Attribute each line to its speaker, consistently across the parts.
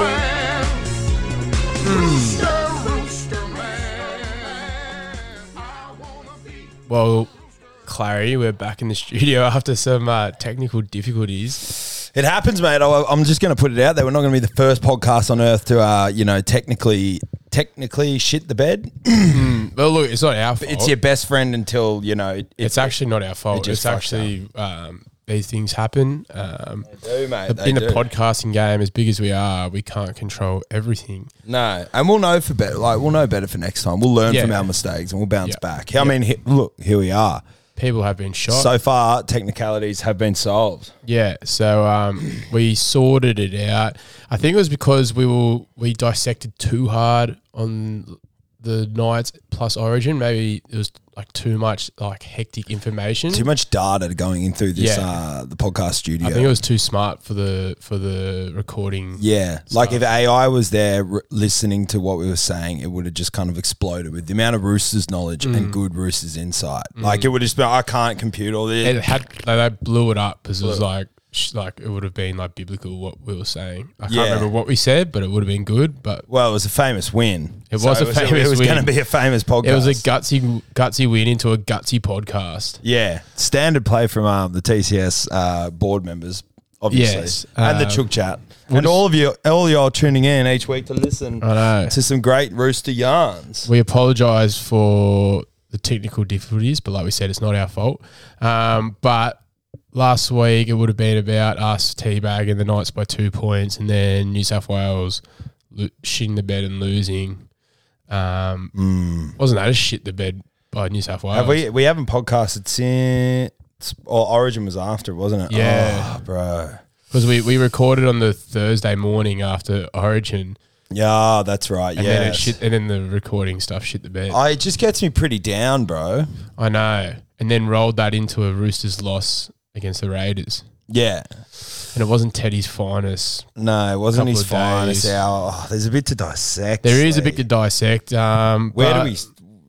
Speaker 1: man's rooster, rooster man. I wanna be
Speaker 2: Well, Clary, we're back in the studio after some uh, technical difficulties.
Speaker 3: It happens, mate. I, I'm just going to put it out there. We're not going to be the first podcast on earth to, uh, you know, technically, technically shit the bed.
Speaker 2: But look, it's not our fault.
Speaker 3: It's your best friend until you know. It,
Speaker 2: It's actually not our fault.
Speaker 3: just
Speaker 2: It's actually um, these things happen. Um,
Speaker 3: do, mate. They
Speaker 2: in the
Speaker 3: do.
Speaker 2: podcasting game, as big as we are, we can't control everything.
Speaker 3: No, and we'll know for better. Like we'll know better for next time. We'll learn
Speaker 2: Yeah.
Speaker 3: from our mistakes and we'll bounce
Speaker 2: Yeah.
Speaker 3: back. I mean, he, look, here we are.
Speaker 2: People have been shot.
Speaker 3: So far, technicalities have been solved.
Speaker 2: yeah, so um, we sorted it out. I think it was because we were we dissected too hard on the Knights plus Origin. Maybe it was like too much like hectic information.
Speaker 3: Too much data going in through this
Speaker 2: Yeah.
Speaker 3: uh, the podcast
Speaker 2: I think
Speaker 3: studio.
Speaker 2: it was too smart for the for the recording.
Speaker 3: yeah, like if AI was there r- listening to what we were saying, it would have just kind of exploded with the amount of Roosters knowledge and good Roosters insight. Like it would just be, I can't compute all this.
Speaker 2: It had like, they blew it up because it was like sh- like it would have been like biblical what we were saying. I
Speaker 3: Yeah.
Speaker 2: can't remember what we said, but it would have been good. But
Speaker 3: well, it was a famous win.
Speaker 2: It was a famous
Speaker 3: It was
Speaker 2: win.
Speaker 3: going to be a famous podcast.
Speaker 2: it was a gutsy gutsy win into a gutsy podcast.
Speaker 3: Yeah, standard play from um, the TCS uh, board members, obviously,
Speaker 2: Yes,
Speaker 3: and the
Speaker 2: um,
Speaker 3: Chook Chat, uh, and all of you, all y'all tuning in each week to listen
Speaker 2: I know.
Speaker 3: to some great rooster yarns.
Speaker 2: We apologise for the technical difficulties, but like we said, it's not our fault. Um, but last week it would have been about us teabagging the Knights by two points, and then New South Wales lo- shitting the bed and losing. Um, Wasn't that a shit the bed by New South Wales?
Speaker 3: Mm. Have we we haven't podcasted since or Origin was after, it, wasn't it?
Speaker 2: Yeah.
Speaker 3: Oh, bro.
Speaker 2: Because we, we recorded on the Thursday morning after Origin,
Speaker 3: Yeah, that's right.
Speaker 2: and then
Speaker 3: Yeah,
Speaker 2: it shit, and then the recording stuff shit the bed. I,
Speaker 3: I, it just gets me pretty down, bro.
Speaker 2: know, and then rolled that into a Roosters loss against the Raiders,
Speaker 3: Yeah,
Speaker 2: and it wasn't Teddy's finest.
Speaker 3: no, it wasn't
Speaker 2: Couple
Speaker 3: his
Speaker 2: of
Speaker 3: finest
Speaker 2: days.
Speaker 3: hour. Oh, there's a bit to dissect.
Speaker 2: There is a bit to
Speaker 3: Steve.
Speaker 2: dissect. Um,
Speaker 3: Where
Speaker 2: but,
Speaker 3: do we?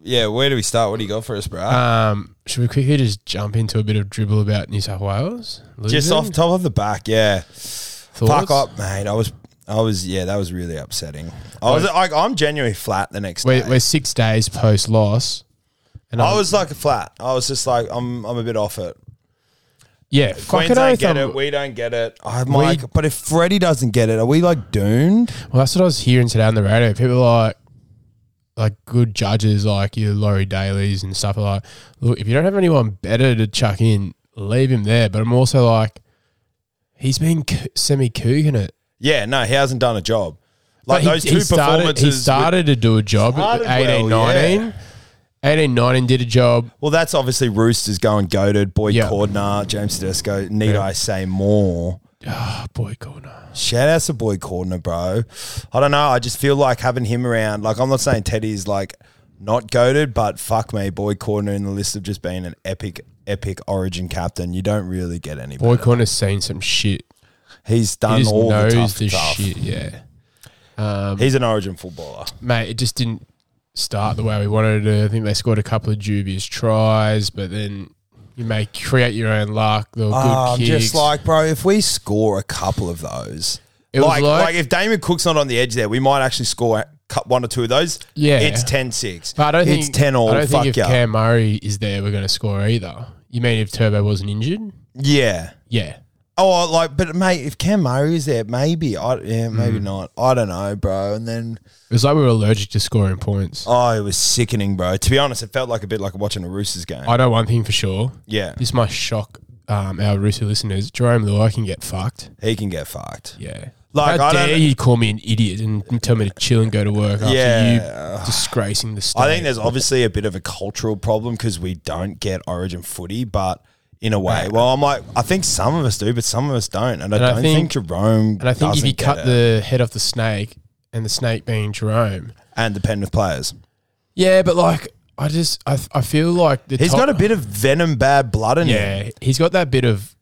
Speaker 3: Yeah, where do we start? What do you got for us, bro?
Speaker 2: Um, should we quickly just jump into a bit of dribble about New South Wales?
Speaker 3: just
Speaker 2: Losing?
Speaker 3: off top of the back, yeah.
Speaker 2: Thoughts?
Speaker 3: Fuck up, mate. I was, I was, yeah, that was really upsetting. I was, like, I'm genuinely flat the next
Speaker 2: We're,
Speaker 3: day.
Speaker 2: we're six days post loss, and
Speaker 3: I
Speaker 2: I'm-
Speaker 3: was like flat. I was just like, I'm, I'm a bit off it.
Speaker 2: yeah. Fucking
Speaker 3: Queensland
Speaker 2: oath,
Speaker 3: get
Speaker 2: I'm-
Speaker 3: it. We don't get it. I'm like, but if Freddie doesn't get it, are we like doomed?
Speaker 2: Well, that's what I was hearing today on the radio. People are like, like good judges, like your Laurie Daly's and stuff, are like, look, if you don't have anyone better to chuck in, leave him there. But I'm also like, he's been c- semi cooking it.
Speaker 3: Yeah, no, he hasn't done a job.
Speaker 2: But
Speaker 3: Like those
Speaker 2: started,
Speaker 3: two
Speaker 2: He
Speaker 3: performances. with-
Speaker 2: started to do a job at
Speaker 3: Started
Speaker 2: 18
Speaker 3: well, yeah.
Speaker 2: 19. 18 19 did a job.
Speaker 3: well, that's obviously Roosters going goaded. Boy
Speaker 2: Yeah.
Speaker 3: Cordner, James Tedesco. Need
Speaker 2: Yeah.
Speaker 3: I say more?
Speaker 2: Oh, boy, corner.
Speaker 3: Shout out to Boy Cordner, bro. I don't know. I just feel like having him around. Like I'm not saying Teddy's like not goaded, but fuck me, Boy Cordner in the list of just being an epic, epic Origin captain. You don't really get any.
Speaker 2: Boy,
Speaker 3: better.
Speaker 2: corner's seen some shit.
Speaker 3: He's
Speaker 2: He
Speaker 3: done
Speaker 2: just
Speaker 3: all the
Speaker 2: knows
Speaker 3: tough
Speaker 2: this
Speaker 3: stuff.
Speaker 2: shit, yeah.
Speaker 3: He's an Origin footballer.
Speaker 2: mate, it just didn't start the way we wanted it to. I think they scored a couple of dubious tries, but then you may create your own luck. They were good
Speaker 3: I'm
Speaker 2: kicks.
Speaker 3: Um, just like, bro, if we score a couple of those,
Speaker 2: It was
Speaker 3: like,
Speaker 2: like-
Speaker 3: like, if Damon Cook's not on the edge there, we might actually score a cu- one or two of those.
Speaker 2: Yeah.
Speaker 3: it's 10-6.
Speaker 2: but I don't
Speaker 3: it's
Speaker 2: think
Speaker 3: 10 all.
Speaker 2: I don't
Speaker 3: fuck
Speaker 2: think if
Speaker 3: yeah.
Speaker 2: Cam Murray is there, we're going to score either. You mean if Turbo wasn't injured?
Speaker 3: yeah.
Speaker 2: Yeah.
Speaker 3: Oh, like, but mate, if Cam Murray is there, maybe I yeah,
Speaker 2: Hmm.
Speaker 3: maybe not. I don't know, bro. And then
Speaker 2: It was like we were allergic to scoring points.
Speaker 3: oh, it was sickening, bro. To be honest, it felt like a bit like watching a Roosters game.
Speaker 2: I know one thing for sure.
Speaker 3: yeah,
Speaker 2: This might shock um, our Rooster listeners. Jerome Luai can get fucked.
Speaker 3: he can get fucked.
Speaker 2: Yeah.
Speaker 3: Like,
Speaker 2: How
Speaker 3: I don't-
Speaker 2: dare you call me an idiot and tell me to chill and go to work after
Speaker 3: Yeah.
Speaker 2: you disgracing the state?
Speaker 3: I think there's obviously a bit of a cultural problem because we don't get Origin footy, but in a way, well, I'm like, I think some of us do, but some of us don't, and I
Speaker 2: And I
Speaker 3: don't think,
Speaker 2: think-
Speaker 3: Jerome.
Speaker 2: And I think if you cut
Speaker 3: the
Speaker 2: the head off the snake, and the snake being Jerome,
Speaker 3: and the Penrith players,
Speaker 2: yeah, but like I just I, I feel like the
Speaker 3: he's
Speaker 2: top-
Speaker 3: got a bit of venom, bad blood in him.
Speaker 2: yeah he's got that bit of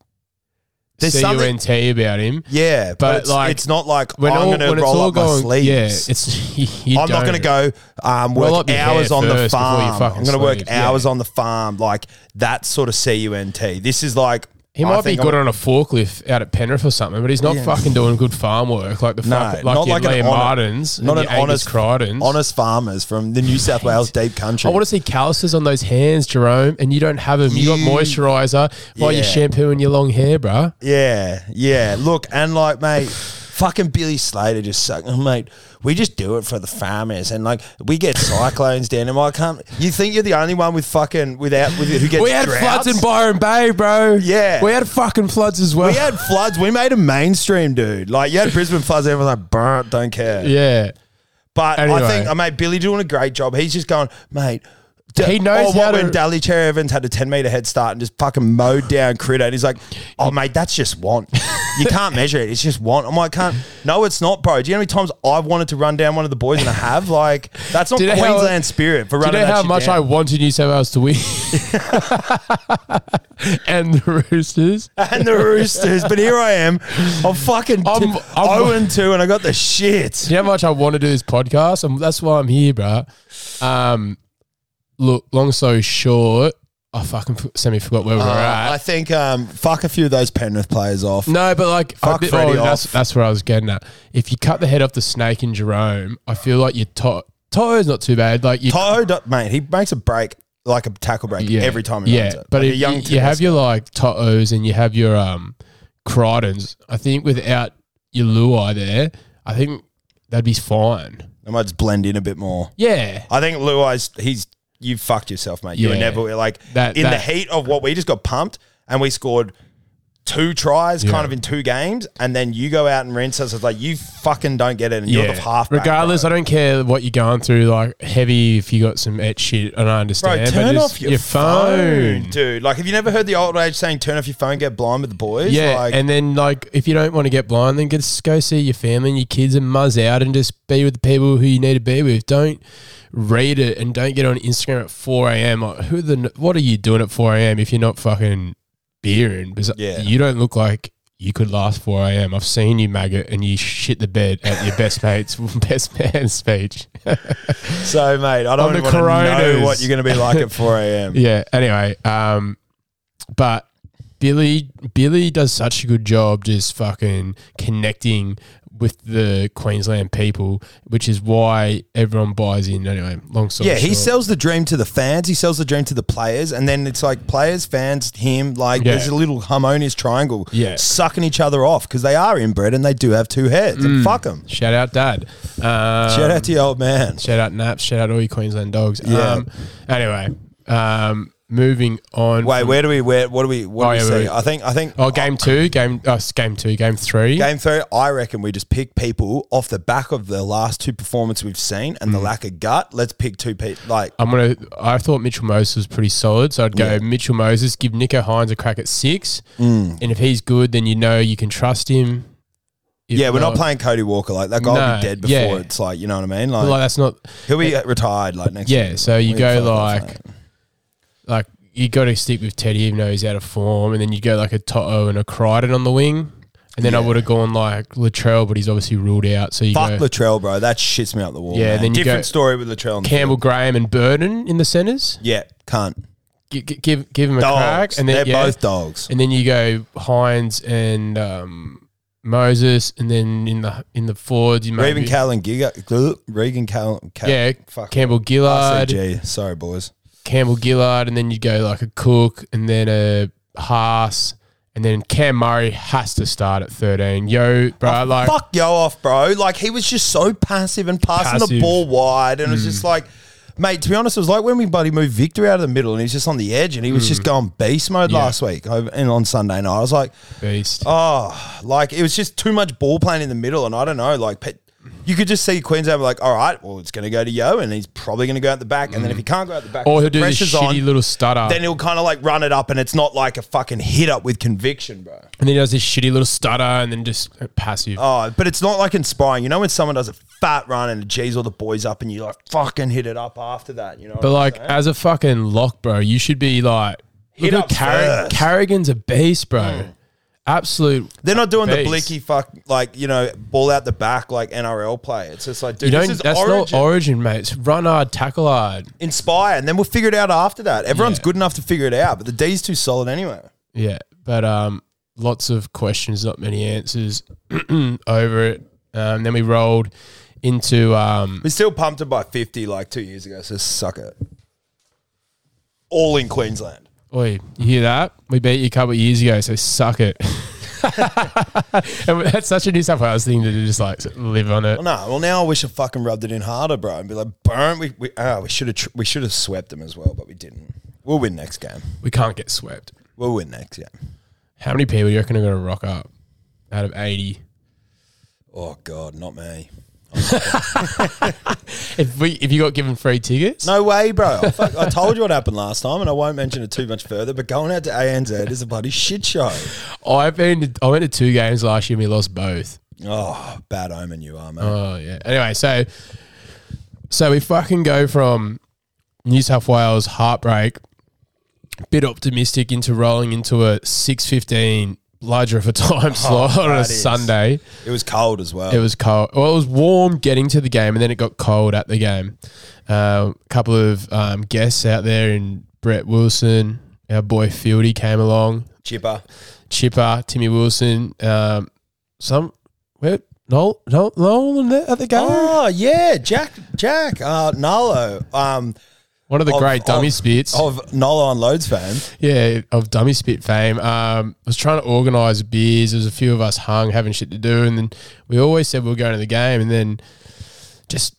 Speaker 3: There's something-
Speaker 2: cunt about him.
Speaker 3: Yeah, but,
Speaker 2: But,
Speaker 3: it's,
Speaker 2: like,
Speaker 3: it's not like
Speaker 2: When all-
Speaker 3: I'm going
Speaker 2: when
Speaker 3: to
Speaker 2: it's
Speaker 3: roll
Speaker 2: all
Speaker 3: up my
Speaker 2: going,
Speaker 3: sleeves.
Speaker 2: yeah, it's you
Speaker 3: I'm not
Speaker 2: don't.
Speaker 3: going to go um, work
Speaker 2: Roll up your
Speaker 3: hours
Speaker 2: hair
Speaker 3: on the
Speaker 2: first before you
Speaker 3: farm.
Speaker 2: fucking
Speaker 3: I'm going to work
Speaker 2: sleep, yeah.
Speaker 3: hours on the farm, like that sort of cunt. This is like
Speaker 2: He
Speaker 3: I
Speaker 2: might be
Speaker 3: think
Speaker 2: good
Speaker 3: I'm-
Speaker 2: on a forklift out at Penrith or something, but he's not
Speaker 3: Yeah.
Speaker 2: fucking doing good farm work like the
Speaker 3: No,
Speaker 2: fuck, like
Speaker 3: not
Speaker 2: your
Speaker 3: like an
Speaker 2: Liam
Speaker 3: honor-
Speaker 2: Martins, and
Speaker 3: Not
Speaker 2: your
Speaker 3: an
Speaker 2: Angus
Speaker 3: honest,
Speaker 2: Crydens.
Speaker 3: honest farmers from the New South Wales deep country.
Speaker 2: I want to see calluses on those hands, Jerome, and you don't have them. You, got
Speaker 3: You-
Speaker 2: moisturizer while you're
Speaker 3: Yeah.
Speaker 2: shampooing your long hair, bruh.
Speaker 3: Yeah, yeah. Look, and like, mate, fucking Billy Slater just suck. oh, mate, we just do it for the farmers, and like, we get cyclones down. And I can't. You think you're the only one with fucking without with who gets?
Speaker 2: We had
Speaker 3: droughts?
Speaker 2: floods in Byron Bay, bro.
Speaker 3: Yeah.
Speaker 2: We had fucking floods as well.
Speaker 3: We had floods. We made a mainstream, dude. Like you had Brisbane floods. Everyone's like, burnt, don't care.
Speaker 2: yeah.
Speaker 3: But
Speaker 2: Anyway.
Speaker 3: I think, uh, mate, Billy doing a great job. He's just going, mate. d-
Speaker 2: He knows
Speaker 3: or what
Speaker 2: how to-
Speaker 3: when Dally Cherry Evans had a ten meter head start and just fucking mowed down Critter, and he's like, "Oh, mate, that's just want. You can't measure it. It's just want." I'm like, "Can't? No, it's not, bro. Do you know how many times I've wanted to run down one of the boys and I have? Like, that's not
Speaker 2: Do you know how-
Speaker 3: Queensland spirit
Speaker 2: Do
Speaker 3: for
Speaker 2: you
Speaker 3: running
Speaker 2: know
Speaker 3: that
Speaker 2: how
Speaker 3: shit
Speaker 2: much
Speaker 3: down.
Speaker 2: I wanted New South Wales to win? and the Roosters.
Speaker 3: and the Roosters, but here I am. I'm fucking
Speaker 2: I'm-
Speaker 3: I'm,
Speaker 2: I'm-
Speaker 3: 0 and 2, and I got the shit.
Speaker 2: Do you know how much I want to do this podcast? And that's why I'm here, bro. Um, look, long story short, I fucking f- semi forgot where we were
Speaker 3: Uh, I
Speaker 2: at.
Speaker 3: think um, fuck a few of those Penrith players off.
Speaker 2: No, but like, I
Speaker 3: Fuck
Speaker 2: did- oh,
Speaker 3: Freddie
Speaker 2: that's,
Speaker 3: off.
Speaker 2: that's where I was getting at. If you cut the head off the snake in Jerome, I feel like your to- toe's not too bad. Like you,
Speaker 3: Toho, do- mate, he makes a break like a tackle break every time he
Speaker 2: yeah.
Speaker 3: runs it.
Speaker 2: But
Speaker 3: like
Speaker 2: if
Speaker 3: a young
Speaker 2: you, you have
Speaker 3: Tedesco.
Speaker 2: your like Totos and you have your um Crydens. I think without your Luai there, I think that'd be fine.
Speaker 3: I might just blend in a bit more.
Speaker 2: Yeah,
Speaker 3: I think Luai's he's you fucked yourself, mate. You were
Speaker 2: Yeah.
Speaker 3: never like
Speaker 2: That-
Speaker 3: in
Speaker 2: that-
Speaker 3: the heat of what we just got pumped and we scored two tries kind of in two games, and then you go out and rinse us. It's like you fucking don't get it, and you're the halfback.
Speaker 2: Regardless,
Speaker 3: bro.
Speaker 2: I don't care what you're going through. Like heavy, if you got some et shit, and I
Speaker 3: Bro,
Speaker 2: understand.
Speaker 3: turn
Speaker 2: just
Speaker 3: off your, phone, dude. Like, have you never heard the old age saying, "Turn off your phone, get blind with the boys"?
Speaker 2: Yeah,
Speaker 3: like,
Speaker 2: and then like if you don't want to get blind, then just go see your family and your kids and muzz out and just be with the people who you need to be with. Don't read it and don't get on Instagram at four a.m. Like, who the what are you doing at four a.m. if you're not fucking beering? Because
Speaker 3: Yeah.
Speaker 2: you don't look like you could last four a.m. I've seen you maggot and you shit the bed at your best mates best man speech.
Speaker 3: so mate, I
Speaker 2: On
Speaker 3: don't
Speaker 2: the
Speaker 3: want to know
Speaker 2: coronas.
Speaker 3: what you're going to be like at four a.m.
Speaker 2: Yeah. Anyway, um, but Billy Billy does such a good job just fucking connecting with the Queensland people, which is why everyone buys in. Anyway, long story.
Speaker 3: Yeah, he
Speaker 2: short.
Speaker 3: sells the dream to the fans. He sells the dream to the players, and then it's like players, fans, him. Like
Speaker 2: Yeah.
Speaker 3: there's a little harmonious triangle,
Speaker 2: Yeah.
Speaker 3: sucking each other off because they are inbred and they do have two heads.
Speaker 2: Mm.
Speaker 3: And fuck them.
Speaker 2: Shout out, Dad. Um,
Speaker 3: Shout out to your old man.
Speaker 2: Shout out Naps. Shout out all your Queensland dogs.
Speaker 3: Yeah.
Speaker 2: Um, anyway, um, moving on.
Speaker 3: Wait, where do we? Where? What do we? What
Speaker 2: Oh,
Speaker 3: do we
Speaker 2: yeah,
Speaker 3: see?
Speaker 2: wait.
Speaker 3: I think. I think.
Speaker 2: Oh, game two, game, oh, it's game two, game three.
Speaker 3: Game three, I reckon we just pick people off the back of the last two performances we've seen and the
Speaker 2: Mm.
Speaker 3: lack of gut. Let's pick two people. Like,
Speaker 2: I'm gonna. I thought Mitchell Moses was pretty solid, so I'd go
Speaker 3: Yeah.
Speaker 2: Mitchell Moses. Give Nico Hines a crack at six,
Speaker 3: Mm.
Speaker 2: and if he's good, then you know you can trust him. If
Speaker 3: yeah, we're not playing Cody Walker. Like that guy will
Speaker 2: No,
Speaker 3: be dead before
Speaker 2: yeah.
Speaker 3: it's like, you know what I mean? Like,
Speaker 2: Like that's not.
Speaker 3: he'll be retired like next.
Speaker 2: Yeah, so you
Speaker 3: We
Speaker 2: go
Speaker 3: fucking
Speaker 2: like, like you got to stick with Teddy, even though he's out of form, and then you go like a Toto and a Crichton on the wing, and then I
Speaker 3: Yeah.
Speaker 2: would have gone like Latrell, but he's obviously ruled out. So you
Speaker 3: Fuck
Speaker 2: go
Speaker 3: Latrell, bro. That shits me up the wall.
Speaker 2: Yeah,
Speaker 3: Yeah,
Speaker 2: then you
Speaker 3: different
Speaker 2: go-
Speaker 3: story with Latrell. And
Speaker 2: Campbell, Graham, and Burden in the centres.
Speaker 3: Yeah, cunt.
Speaker 2: G- g- give give him a
Speaker 3: Dogs.
Speaker 2: crack, and then
Speaker 3: They're
Speaker 2: yeah.
Speaker 3: both dogs.
Speaker 2: and then you go Hines and um, Moses, and then in the in the forwards you maybe
Speaker 3: Regan Cal and Giga. gl- Regan Cal. Cal
Speaker 2: yeah
Speaker 3: Fuck.
Speaker 2: Campbell Gillard,
Speaker 3: RCG. Sorry, boys.
Speaker 2: Campbell Gillard, and then you go like a Cook, and then a Haas, and then Cam Murray has to start at thirteen. Yo, bro, like
Speaker 3: Oh, Fuck yo off, bro. Like he was just so passive and passing
Speaker 2: Passive. Mm.
Speaker 3: the ball wide, and it was just like. Mate, to be honest, it was like when we buddy moved Victor out of the middle and he's just on the edge and he was just going beast mode
Speaker 2: Mm. Yeah.
Speaker 3: last week over, and on Sunday night. I was like,
Speaker 2: beast.
Speaker 3: Oh, like it was just too much ball playing in the middle, and I don't know, like pe- you could just see Queensland were like, all right, well, it's going to go to Yo, and he's probably going to go out the back, and then if he can't go out the back,
Speaker 2: Mm. or
Speaker 3: the
Speaker 2: he'll do this
Speaker 3: pressure's
Speaker 2: shitty little stutter,
Speaker 3: Then he'll kind of like run it up, and it's not like a fucking hit up with conviction, bro.
Speaker 2: and then he does this shitty little stutter, and then just passive.
Speaker 3: Oh, but it's not like inspiring. You know when someone does a fat run and it G's all the boys up, and you like fucking hit it up after that. You know,
Speaker 2: But
Speaker 3: what I'm
Speaker 2: like
Speaker 3: saying?
Speaker 2: as a fucking lock, bro, you should be like
Speaker 3: Hit
Speaker 2: look
Speaker 3: up
Speaker 2: at Carrig-
Speaker 3: first. Hmm.
Speaker 2: Carrigan's a beast, bro. Absolute.
Speaker 3: they're not doing the
Speaker 2: Beast.
Speaker 3: blicky fuck like you know ball out the back like NRL play. It's just like dude,
Speaker 2: You
Speaker 3: this
Speaker 2: don't.
Speaker 3: is
Speaker 2: That's
Speaker 3: origin.
Speaker 2: not origin, mate. It's run hard, tackle hard.
Speaker 3: inspire, and then we'll figure it out after that. Everyone's
Speaker 2: Yeah.
Speaker 3: good enough to figure it out, but the D's too solid anyway.
Speaker 2: Yeah. But um, lots of questions, not many answers over it. Um, then we rolled into um,
Speaker 3: We still pumped it by 50 like two years ago, so suck it. All in Queensland.
Speaker 2: Oi, you hear that? We beat you a couple of years ago, so suck it. and that's such a New South Wales thing to do, just like live on it.
Speaker 3: Well, no, well now I wish I fucking rubbed it in harder, bro, and be like, burn. We we ah, we should have tr- we should have swept them as well, but we didn't. We'll win next game.
Speaker 2: We can't get swept.
Speaker 3: We'll win next game.
Speaker 2: How many people do you reckon are going to rock up out of 80?
Speaker 3: Oh god, not me.
Speaker 2: If we if you got given free tickets,
Speaker 3: No way, bro. I, fuck, I told you what happened last time, and I won't mention it too much further. But going out to ANZ is a bloody shit show.
Speaker 2: I've been to, I went to two games last year and we lost both.
Speaker 3: Oh, bad omen you are, mate.
Speaker 2: Oh yeah. Anyway, so so we fucking go from New South Wales heartbreak, bit optimistic into rolling into a six fifteen bludger of a time slot on a
Speaker 3: Oh, that is-
Speaker 2: Sunday.
Speaker 3: it was cold as well.
Speaker 2: It was cold. Well, it was warm getting to the game, and then it got cold at the game. A couple of um, guests out there, and Brett Wilson, our boy Fieldy, came along.
Speaker 3: Chipper.
Speaker 2: Chipper, Timmy Wilson, um, some where Noel, Noel, Nolan there at the game.
Speaker 3: Oh yeah, Jack. Jack. Uh, Nalo. Um,
Speaker 2: One of the
Speaker 3: of-
Speaker 2: great dummy
Speaker 3: of-
Speaker 2: spits.
Speaker 3: of Nalo on Loads fame.
Speaker 2: Yeah, of dummy spit fame. Um, was trying to organise beers. There was a few of us hung, having shit to do, and then we always said we were going to the game, and then just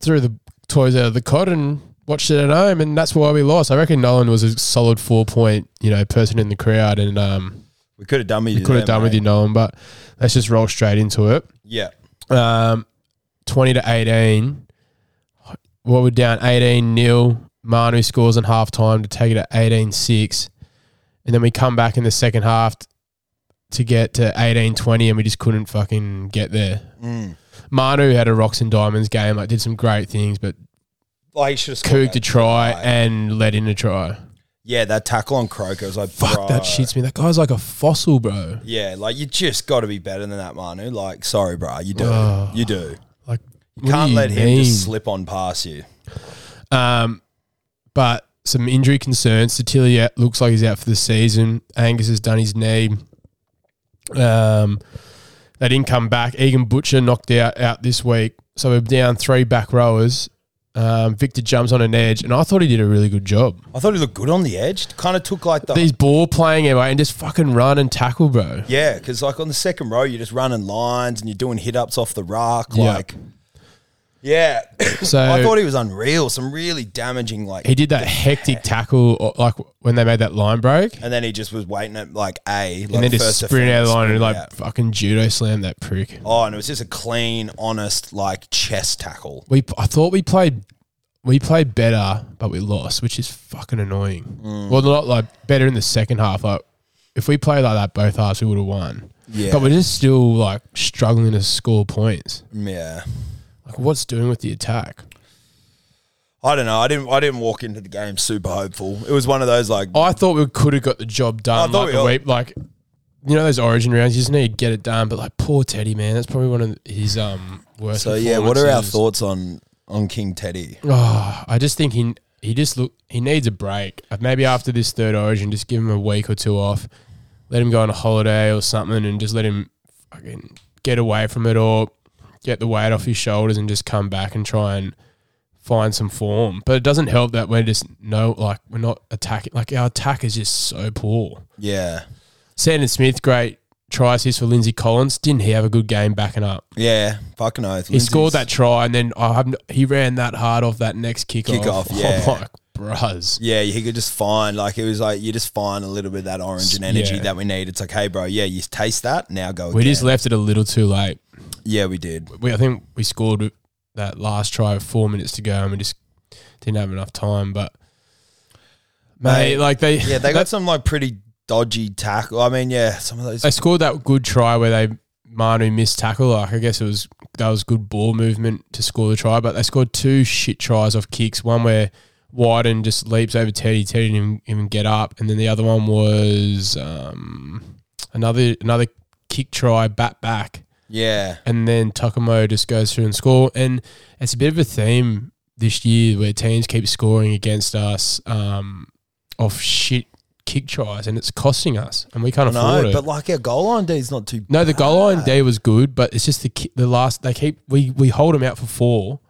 Speaker 2: threw the toys out of the cot and watched it at home, and that's why we lost. I reckon Nolan was a solid four point, you know, person in the crowd, and um,
Speaker 3: We could have done with you.
Speaker 2: could have
Speaker 3: there,
Speaker 2: done with
Speaker 3: mate.
Speaker 2: you, Nolan. But let's just roll straight into it.
Speaker 3: Yeah.
Speaker 2: Um, twenty to eighteen. Well, we're down eighteen 0 Manu scores in half time to take it to 18-6. and then we come back in the second half t- to get to 18-20 and we just couldn't fucking get there.
Speaker 3: Mm.
Speaker 2: Manu had a rocks and diamonds game, like did some great things, but
Speaker 3: Like you should have scored
Speaker 2: cooked
Speaker 3: that.
Speaker 2: a try and let in a try.
Speaker 3: Yeah, that tackle on Croker was like,
Speaker 2: Fuck
Speaker 3: bro.
Speaker 2: that shits me. That guy's like a fossil, bro.
Speaker 3: Yeah, like you just got to be better than that, Manu. Like, sorry, bro, you do,
Speaker 2: Oh.
Speaker 3: you do.
Speaker 2: Like
Speaker 3: You can't let him just slip on past you.
Speaker 2: Um, but some injury concerns. Satilia looks like he's out for the season. Angus has done his knee. Um, they didn't come back. Egan Butcher knocked out out this week, so we're down three back rowers. Um, Victor jumps on an edge, and I thought he did a really good job.
Speaker 3: I thought he looked good on the edge. Kind of took like the
Speaker 2: These ball playing away and just fucking run and tackle, bro.
Speaker 3: yeah, because like on the second row, you're just running lines and you're doing hit ups off the ruck.
Speaker 2: Yeah.
Speaker 3: Like, yeah,
Speaker 2: So
Speaker 3: I thought he was unreal. Some really damaging like,
Speaker 2: he did that hectic tackle, or- like when they made that line break,
Speaker 3: and then he just was waiting at like a, like
Speaker 2: and then just
Speaker 3: first
Speaker 2: sprint out of
Speaker 3: offense,
Speaker 2: the line and like
Speaker 3: sprint out.
Speaker 2: fucking judo slam that prick.
Speaker 3: Oh, and it was just a clean, honest, like chest tackle.
Speaker 2: we I thought we played we played better, but we lost, which is fucking annoying.
Speaker 3: Mm.
Speaker 2: Well, not like better in the second half. Like if we played like that both halves, we would have won.
Speaker 3: Yeah.
Speaker 2: But we're just still like struggling to score points.
Speaker 3: Yeah.
Speaker 2: Like what's doing with the attack?
Speaker 3: I don't know. I didn't. I didn't walk into the game super hopeful. It was one of those like
Speaker 2: I thought we could have got the job done.
Speaker 3: I thought
Speaker 2: like,
Speaker 3: we
Speaker 2: the
Speaker 3: all-
Speaker 2: week, like you know those origin rounds, you just need to get it done. But like poor Teddy, man, that's probably one of his um worst.
Speaker 3: So yeah, what are our
Speaker 2: performances.
Speaker 3: thoughts on on King Teddy?
Speaker 2: Oh, I just think he he just look he needs a break. Uh, Maybe after this third origin, just give him a week or two off, let him go on a holiday or something, and just let him fucking get away from it or get the weight off his shoulders and just come back and try and find some form. But it doesn't help that we're just no like we're not attacking. Like our attack is just so poor.
Speaker 3: Yeah,
Speaker 2: Sandon Smith, great try assist for Lindsay Collins. Didn't he have a good game backing up?
Speaker 3: yeah, fucking oath.
Speaker 2: He scored that try, and then I haven't- he ran that hard off that next kick
Speaker 3: Kickoff, yeah.
Speaker 2: like, bruhs.
Speaker 3: Yeah, he could just find like it was like you just find a little bit of that orange and energy
Speaker 2: Yeah.
Speaker 3: that we need. It's like, hey, bro, yeah, you taste that now. Go.
Speaker 2: We
Speaker 3: again.
Speaker 2: just left it a little too late.
Speaker 3: yeah, we did.
Speaker 2: We, I think we scored with that last try with four minutes to go, and we just didn't have enough time. But mate,
Speaker 3: Mate,
Speaker 2: like they,
Speaker 3: Yeah, they
Speaker 2: that-
Speaker 3: got some like pretty dodgy tackle. I mean, yeah, some of those.
Speaker 2: they scored that good try where they Manu missed tackle. Like I guess it was that was good ball movement to score the try, but they scored two shit tries off kicks. One where Wyden just leaps over Teddy, Teddy didn't even, even get up, and then the other one was um, another another kick try bat back,
Speaker 3: Yeah,
Speaker 2: and then Takamo just goes through and score. And it's a bit of a theme this year where teams keep scoring against us um, off shit kick tries, and it's costing us, and we can't afford
Speaker 3: No,
Speaker 2: it.
Speaker 3: but like our goal line D's not too.
Speaker 2: no, the goal
Speaker 3: Ah.
Speaker 2: line D was good, but it's just the ki- the last they keep we we hold them out for four,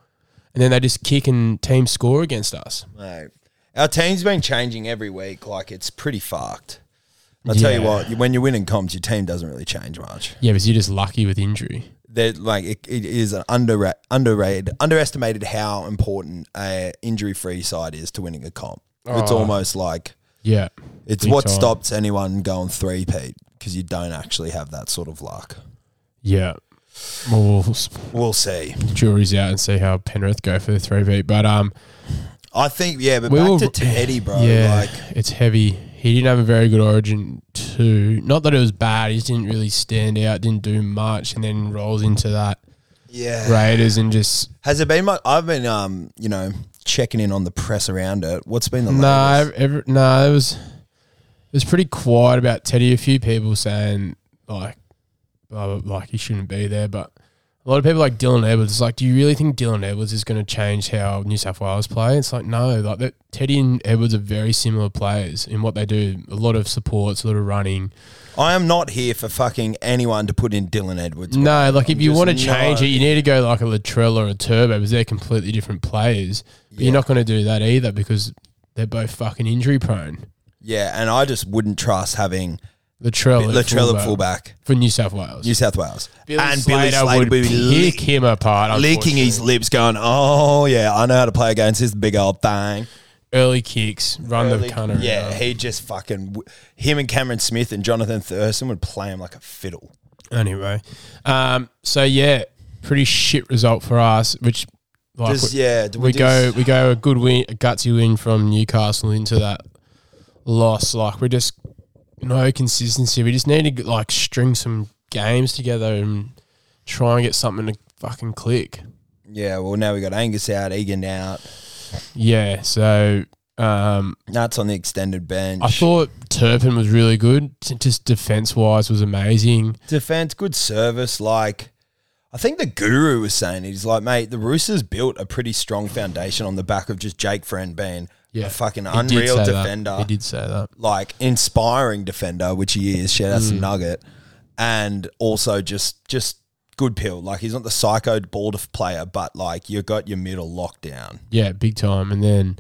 Speaker 2: and then they just kick and teams score against us.
Speaker 3: No. Our team's been changing every week. Like it's pretty fucked. I tell you
Speaker 2: Yeah.
Speaker 3: what, you- when you're winning comps, your team doesn't really change much.
Speaker 2: Yeah, because you're just lucky with injury.
Speaker 3: That like it, it is an underrated, underrated, underestimated how important a injury-free side is to winning a comp. It's
Speaker 2: Oh.
Speaker 3: almost like
Speaker 2: Yeah,
Speaker 3: it's
Speaker 2: Big
Speaker 3: what
Speaker 2: time.
Speaker 3: stops anyone going three peat because you don't actually have that sort of luck.
Speaker 2: Yeah, well, we'll s-
Speaker 3: We'll see.
Speaker 2: jury's out and see how Penrith go for the three v. But um,
Speaker 3: I think yeah, but
Speaker 2: We
Speaker 3: back
Speaker 2: were-
Speaker 3: to Teddy, bro.
Speaker 2: yeah,
Speaker 3: Like
Speaker 2: it's heavy. He didn't have a very good origin too. Not that it was bad. He just didn't really stand out. Didn't do much, and then rolls into that
Speaker 3: yeah,
Speaker 2: Raiders and just
Speaker 3: Has it been much? I've been, um, you know, checking in on the press around it. What's been the
Speaker 2: no.
Speaker 3: latest?
Speaker 2: every, no, it was it was pretty quiet about Teddy. A few people saying like blah, blah, like he shouldn't be there, but. A lot of people like Dylan Edwards. It's like, do you really think Dylan Edwards is going to change how New South Wales play? It's like, no. Like that, Teddy and Edwards are very similar players in what they do. A lot of supports, a lot of running,
Speaker 3: I am not here for fucking anyone to put in Dylan Edwards.
Speaker 2: No, like if you
Speaker 3: just
Speaker 2: want to change
Speaker 3: no.
Speaker 2: it, you need to go like a Latrell or a Turbo because they're completely different players. But You're not going to do that either because they're both fucking injury prone.
Speaker 3: Yeah, and I just wouldn't trust having
Speaker 2: Latrell, at
Speaker 3: Latrell at fullback,
Speaker 2: for New South Wales.
Speaker 3: New South Wales,
Speaker 2: Billy Slater would
Speaker 3: would be
Speaker 2: pick him apart.
Speaker 3: licking his
Speaker 2: unfortunately.
Speaker 3: lips, going, "Oh yeah, I know how to play against this big old thing."
Speaker 2: early kicks, run
Speaker 3: Early-
Speaker 2: the cunt
Speaker 3: yeah,
Speaker 2: around.
Speaker 3: he just fucking him and Cameron Smith and Jonathan Thurston would play him like a fiddle.
Speaker 2: Anyway, um, so yeah, pretty shit result for us, which like
Speaker 3: Just
Speaker 2: we-
Speaker 3: yeah, do
Speaker 2: we, go we go a good win, a gutsy win from Newcastle into that loss. Like we're just no consistency. We just need to like string some games together and try and get something to fucking click.
Speaker 3: Yeah, well now we got Angus out, Egan out.
Speaker 2: Yeah. So um,
Speaker 3: Nuts on the extended bench.
Speaker 2: I thought Turpin was really good. T- Just defense wise was amazing.
Speaker 3: defense, good service. Like, I think the guru was saying, he's like, mate, the Roosters built a pretty strong foundation on the back of just Jake Friend being
Speaker 2: Yeah,
Speaker 3: a fucking
Speaker 2: He did
Speaker 3: unreal
Speaker 2: say that.
Speaker 3: defender,
Speaker 2: He did say that.
Speaker 3: like inspiring defender, which he is. Shit,
Speaker 2: Mm.
Speaker 3: that's a nugget. And also just, just good pill. Like, he's not the psycho ball def- player, but like, you got your middle locked down.
Speaker 2: Yeah, big time. And then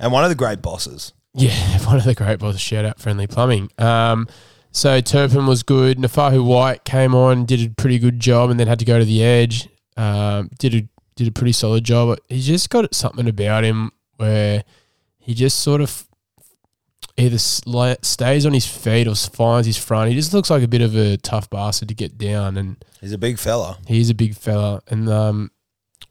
Speaker 3: And one of the great bosses.
Speaker 2: Yeah, one of the great bosses. Shout out Friendly Plumbing. Um, so Turpin was good. Nafahu White came on, did a pretty good job, and then had to go to the edge. Um, did a did a pretty solid job. He just got something about him where he just sort of either sli- stays on his feet or finds his front. He just looks like a bit of a tough bastard to get down, and
Speaker 3: He's a big fella.
Speaker 2: he's a big fella. And um,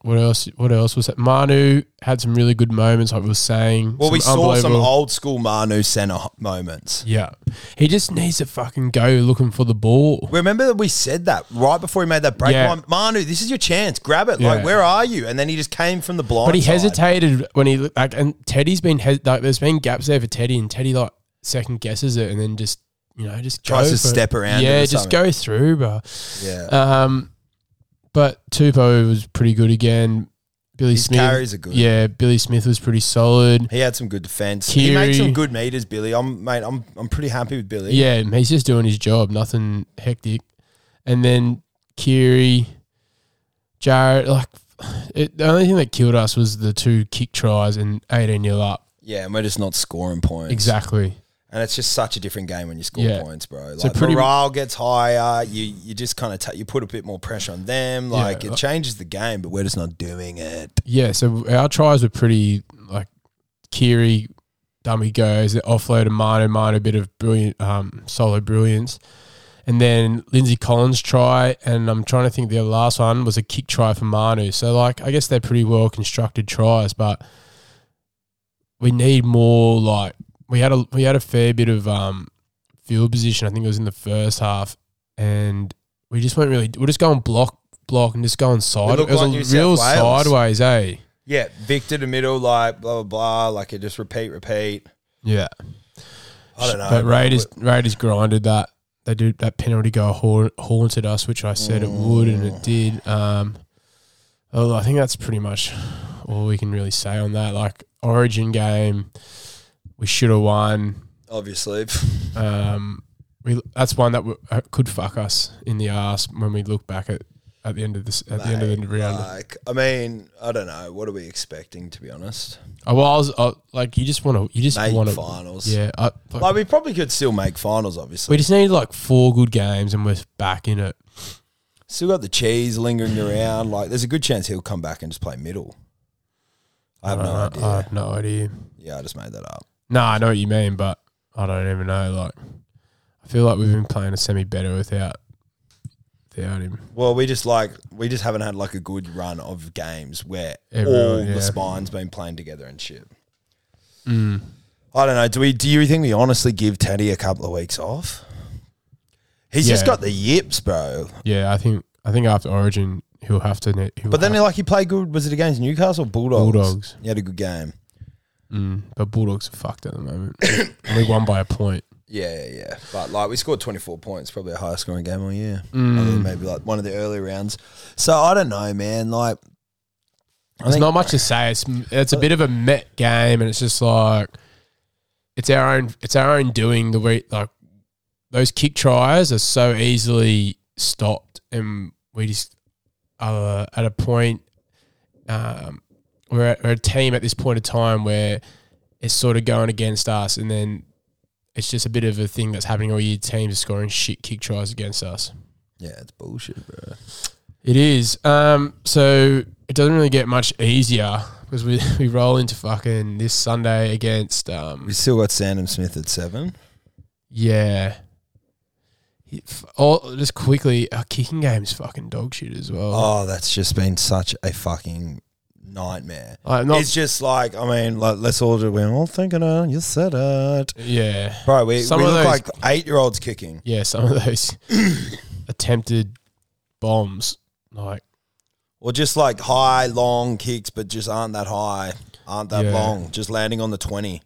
Speaker 2: what else? What else was that? Manu had some really good moments. Like we were saying,
Speaker 3: Well, we saw some
Speaker 2: unbelievable-
Speaker 3: old school Manu Senna moments.
Speaker 2: yeah. He just needs to fucking go looking for the ball.
Speaker 3: Remember that we said that right before he made that break.
Speaker 2: Yeah.
Speaker 3: Manu, Manu, this is your chance. Grab it. Like,
Speaker 2: Yeah.
Speaker 3: where are you? And then he just came from the blind.
Speaker 2: But he
Speaker 3: side.
Speaker 2: hesitated when he like and Teddy's been hes- like there's been gaps there for Teddy and Teddy like second guesses it and then just you know just
Speaker 3: Tries
Speaker 2: go
Speaker 3: to
Speaker 2: for it.
Speaker 3: step around it
Speaker 2: Yeah,
Speaker 3: or
Speaker 2: just
Speaker 3: something.
Speaker 2: go through, bro.
Speaker 3: Yeah.
Speaker 2: Um but Tupo was pretty good again. Billy
Speaker 3: His
Speaker 2: Smith
Speaker 3: carries are good.
Speaker 2: Yeah, Billy Smith was pretty solid.
Speaker 3: he had some good defense. He
Speaker 2: Kiri.
Speaker 3: made some good meters, Billy. I'm mate. I'm I'm pretty happy with Billy.
Speaker 2: Yeah, he's just doing his job, nothing hectic. And then Kiri, Jared, like it, the only thing that killed us was the two kick tries and 18 nil up.
Speaker 3: Yeah, and we're just not scoring points.
Speaker 2: Exactly.
Speaker 3: And it's just such a different game when you score
Speaker 2: Yeah.
Speaker 3: points, bro. Like
Speaker 2: So pretty-
Speaker 3: morale gets higher. You you just kind of ta you put a bit more pressure on them. Like it
Speaker 2: like-
Speaker 3: changes the game, but we're just not doing it.
Speaker 2: Yeah, so our tries were pretty like Kiri, dummy goes, the offload of Mano, Mano, bit of brilliant, um, solo brilliance. And then Lindsay Collins try, and I'm trying to think the last one was a kick try for Manu. So like, I guess they're pretty well constructed tries, but we need more. Like we had a we had a fair bit of um, field position. I think it was in the first half, and we just weren't really. We're just going block block and just going side. It
Speaker 3: looked
Speaker 2: was
Speaker 3: like New
Speaker 2: a real
Speaker 3: South Wales.
Speaker 2: sideways, eh?
Speaker 3: Yeah, Victor to middle, like blah blah blah. Like it just repeat, repeat.
Speaker 2: Yeah.
Speaker 3: I don't know.
Speaker 2: But
Speaker 3: bro.
Speaker 2: Raiders Raiders grinded that. They did that penalty goal haun- haunted us, which I said it would, and it did. Um, although I think that's pretty much all we can really say on that. Like Origin game, we should have won.
Speaker 3: obviously.
Speaker 2: Um, we that's one that w- uh, could fuck us in the ass when we look back at, at the end of this at the end of the
Speaker 3: Mate,
Speaker 2: round.
Speaker 3: Like, I mean, I don't know. What are we expecting, to be honest?
Speaker 2: Oh, well, I was uh, like, you just want to, you just
Speaker 3: Make
Speaker 2: want to
Speaker 3: finals.
Speaker 2: Yeah, I, like,
Speaker 3: Like, we probably could still make finals, obviously.
Speaker 2: we just need like four good games and we're back in it.
Speaker 3: Still got the cheese lingering around. Like, there's a good chance he'll come back and just play middle. I have no
Speaker 2: Uh,
Speaker 3: idea.
Speaker 2: I have no idea.
Speaker 3: yeah, I just made that up.
Speaker 2: No, I know what you mean, but I don't even know. Like, I feel like we've been playing a semi better without without him.
Speaker 3: Well, we just like we just haven't had like a good run of games where all
Speaker 2: Everyone, yeah. Mm.
Speaker 3: the spines been playing together and shit. I don't know. Do we? Do you think we honestly give Teddy a couple of weeks off? He's just
Speaker 2: Yeah.
Speaker 3: got the yips, bro.
Speaker 2: Yeah, I think I think after Origin he'll have to. ne- He'll
Speaker 3: But then,
Speaker 2: have,
Speaker 3: like, he played good. Was it against Newcastle or Bulldogs?
Speaker 2: Bulldogs.
Speaker 3: He had a good game.
Speaker 2: but Bulldogs are fucked at the moment. we won by a point.
Speaker 3: Yeah, yeah, yeah. But like we scored 24 points, probably a high scoring game all year.
Speaker 2: Mm.
Speaker 3: Other than maybe like one of the early rounds. So I don't know, man. Like, I
Speaker 2: There's
Speaker 3: think-
Speaker 2: not much to say. It's it's a bit of a met game, and it's just like it's our own it's our own doing. The way like those kick tries are so easily stopped, and we just are at a point. Um, we're, at, we're a team at this point of time where it's sort of going against us, and then it's just a bit of a thing that's happening all year. Teams are scoring shit kick tries against us.
Speaker 3: yeah, it's bullshit, bro.
Speaker 2: It is. Um, so it doesn't really get much easier because we, we roll into fucking this Sunday against um,
Speaker 3: We still got Sandham Smith at seven.
Speaker 2: yeah. He- f- All, just quickly, our kicking game is fucking dog shit as well.
Speaker 3: Oh, that's just been such a fucking nightmare.
Speaker 2: Like, not-
Speaker 3: Oh, it's just like, I mean, like, let's all do, we're all thinking, uh, you said it.
Speaker 2: yeah,
Speaker 3: Bro, we, we
Speaker 2: Some of
Speaker 3: look
Speaker 2: those-
Speaker 3: like eight year olds kicking.
Speaker 2: yeah. Some of those attempted bombs, like
Speaker 3: Or just like high, long kicks, but just aren't that high, aren't that
Speaker 2: Yeah.
Speaker 3: long. Just landing on the 20.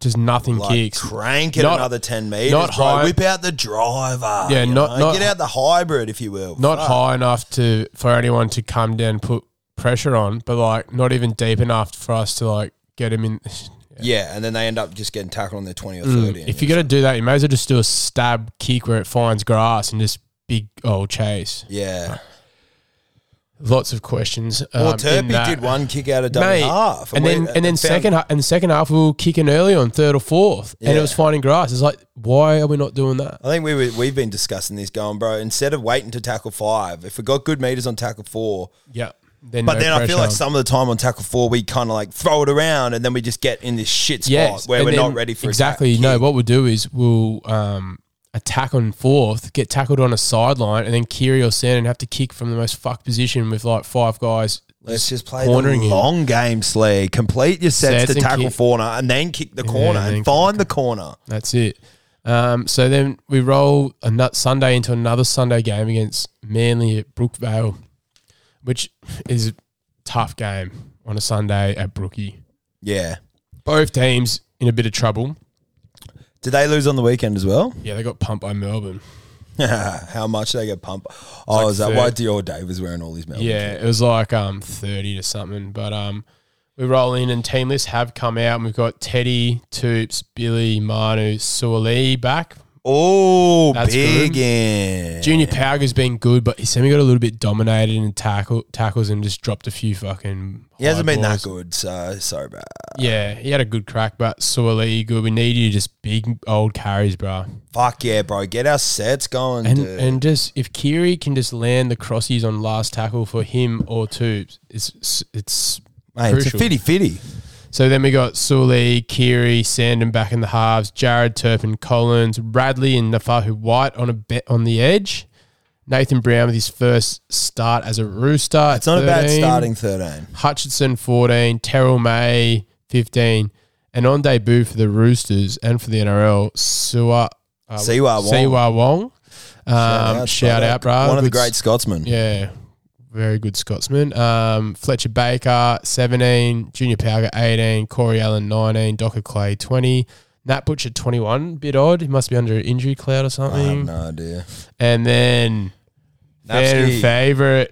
Speaker 2: just nothing
Speaker 3: like
Speaker 2: kicks.
Speaker 3: crank it
Speaker 2: Not-
Speaker 3: another 10 meters
Speaker 2: not
Speaker 3: bro.
Speaker 2: high-
Speaker 3: whip out the driver
Speaker 2: Yeah,
Speaker 3: you
Speaker 2: not-
Speaker 3: know?
Speaker 2: not-
Speaker 3: get out the hybrid if you will
Speaker 2: not
Speaker 3: Fuck.
Speaker 2: high enough to for anyone to come down and put pressure on, but like not even deep enough for us to like get him in.
Speaker 3: yeah and then they end up just getting tackled on their 20 or 30
Speaker 2: Mm, If you're gonna do that, you may as well just do a stab kick where it finds grass and just big old chase.
Speaker 3: yeah
Speaker 2: Lots of questions. Uh, Um,
Speaker 3: well
Speaker 2: in
Speaker 3: Turpie
Speaker 2: that.
Speaker 3: did one kick out of double
Speaker 2: Mate,
Speaker 3: half
Speaker 2: and
Speaker 3: we-
Speaker 2: then and then
Speaker 3: found-
Speaker 2: second ha- and second half we were kicking early on third or fourth, and it
Speaker 3: Yeah.
Speaker 2: was finding grass. It's like why are we not doing that?
Speaker 3: I think we were, we've been discussing this going bro instead of waiting to tackle five if we got good meters on tackle four
Speaker 2: Yeah, then
Speaker 3: but
Speaker 2: no
Speaker 3: then I feel
Speaker 2: pressure.
Speaker 3: like some of the time on tackle four, we kind of like throw it around, and then we just get in this shit spot where
Speaker 2: and
Speaker 3: we're
Speaker 2: then-
Speaker 3: not ready for a
Speaker 2: exactly.
Speaker 3: tack
Speaker 2: No,
Speaker 3: kick.
Speaker 2: what we'll do is we'll um, attack on fourth, get tackled on a sideline, and then Kiri or Sandon have to kick from the most fucked position with like five guys.
Speaker 3: Let's just play
Speaker 2: cornering
Speaker 3: the
Speaker 2: him.
Speaker 3: long game, Slee. Complete your sets,
Speaker 2: Sets
Speaker 3: to
Speaker 2: and
Speaker 3: tackle
Speaker 2: kick.
Speaker 3: corner, and then kick the
Speaker 2: and
Speaker 3: corner
Speaker 2: then
Speaker 3: and
Speaker 2: kick
Speaker 3: find the corner.
Speaker 2: That's it. Um, so then we roll a nut Sunday into another Sunday game against Manly at Brookvale, which is a tough game on a Sunday at Brookie.
Speaker 3: Yeah.
Speaker 2: Both teams in a bit of trouble.
Speaker 3: Did they lose on the weekend as well?
Speaker 2: Yeah, they got pumped by Melbourne.
Speaker 3: How much they get pumped? Oh,
Speaker 2: like
Speaker 3: is that why
Speaker 2: third.
Speaker 3: Dior Dave was wearing all these medals?
Speaker 2: Yeah, it was like um thirty to something. But um, we roll in and team lists have come out, and we've got Teddy, Toops, Billy, Manu, Suoli back.
Speaker 3: Oh,
Speaker 2: That's
Speaker 3: big
Speaker 2: good.
Speaker 3: in.
Speaker 2: Junior Pauga's been good, but his semi got a little bit dominated in tackle tackles and just dropped a few fucking.
Speaker 3: He hasn't
Speaker 2: high
Speaker 3: been that
Speaker 2: balls.
Speaker 3: good, so sorry, bro.
Speaker 2: Yeah, he had a good crack, but Suoli good. We need you just big old carries, bro.
Speaker 3: Fuck yeah, bro. Get our sets going,
Speaker 2: And
Speaker 3: dude.
Speaker 2: and just if Kiri can just land the crossies on last tackle for him or Toops, it's it's
Speaker 3: Mate, it's a
Speaker 2: crucial.
Speaker 3: fitty fitty.
Speaker 2: So then we got Sully, Kiri, Sandon back in the halves, Jared Turpin, Collins, Radley, and Nafahu White on a bet on the edge. Nathan Brown with his first start as a rooster. at
Speaker 3: It's not a bad
Speaker 2: 13.
Speaker 3: starting 13.
Speaker 2: Hutchinson fourteen, Terrell May fifteen, and on debut for the Roosters and for the NRL, Sua uh,
Speaker 3: Siwa Wong.
Speaker 2: Siwa Wong. Um, shout, out, bro.
Speaker 3: One of the
Speaker 2: Good s-
Speaker 3: great Scotsmen.
Speaker 2: yeah, very good Scotsman. Um, Fletcher Baker, 17. Junior Powger, 18. Corey Allen, 19. Docker Clay, 20. Nat Butcher, 21. Bit odd. He must be under an injury cloud or
Speaker 3: I have
Speaker 2: something.
Speaker 3: no idea.
Speaker 2: And then, fan
Speaker 3: Napski.
Speaker 2: favourite.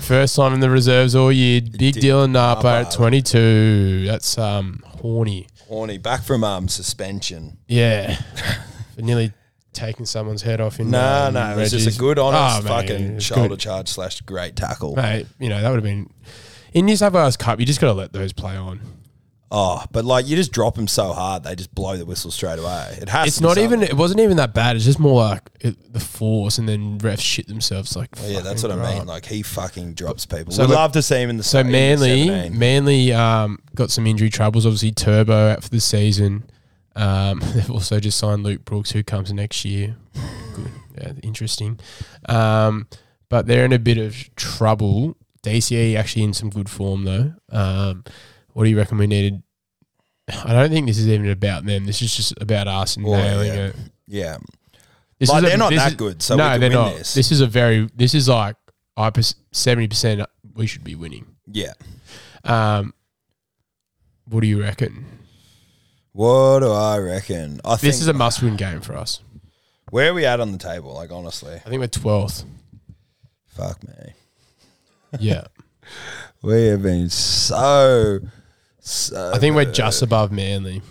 Speaker 2: First time in the reserves all year. Big
Speaker 3: Dick
Speaker 2: Dylan Napa at
Speaker 3: Napa.
Speaker 2: 22. That's um horny.
Speaker 3: Horny. Back from um suspension.
Speaker 2: Yeah. For nearly taking someone's head off in
Speaker 3: No,
Speaker 2: um,
Speaker 3: no, it was just
Speaker 2: Reggie's.
Speaker 3: a good, honest
Speaker 2: Oh, mate,
Speaker 3: fucking
Speaker 2: it's
Speaker 3: shoulder
Speaker 2: good.
Speaker 3: charge slash great tackle.
Speaker 2: Mate, you know, that would have been in New South Wales Cup, you just gotta let those play on.
Speaker 3: Oh, but like you just drop them so hard, they just blow the whistle straight away. It has.
Speaker 2: It's
Speaker 3: to be
Speaker 2: not
Speaker 3: something.
Speaker 2: even it wasn't even that bad, it's just more like it, the force and then refs shit themselves like
Speaker 3: Yeah, that's what
Speaker 2: fucking
Speaker 3: I mean.
Speaker 2: right.
Speaker 3: Like he fucking drops people.
Speaker 2: So
Speaker 3: We'd
Speaker 2: look-
Speaker 3: love to see him in the
Speaker 2: So
Speaker 3: in the
Speaker 2: Manly,
Speaker 3: 17.
Speaker 2: Manly um, got some injury troubles. Obviously, Turbo out for the season. Um, they've also just signed Luke Brooks, who comes next year. Good, yeah, interesting. Um, but they're in a bit of trouble. DCE actually in some good form though. Um, what do you reckon we needed? I don't think this is even about them. This is just about us and
Speaker 3: Well,
Speaker 2: nailing
Speaker 3: yeah.
Speaker 2: it.
Speaker 3: yeah,
Speaker 2: This
Speaker 3: Like,
Speaker 2: is a-
Speaker 3: they're not
Speaker 2: this
Speaker 3: that
Speaker 2: is-
Speaker 3: good, so we
Speaker 2: no,
Speaker 3: can
Speaker 2: they're
Speaker 3: win
Speaker 2: not.
Speaker 3: this.
Speaker 2: This is a very. This is like I seventy percent. We should be winning.
Speaker 3: yeah.
Speaker 2: Um, what do you reckon?
Speaker 3: What do I reckon? I think
Speaker 2: This is a must-win game for us.
Speaker 3: where are we at on the table? Like honestly,
Speaker 2: I think we're twelfth.
Speaker 3: fuck me.
Speaker 2: Yeah,
Speaker 3: We have been so, so.
Speaker 2: I think we're just
Speaker 3: Uh,
Speaker 2: above Manly.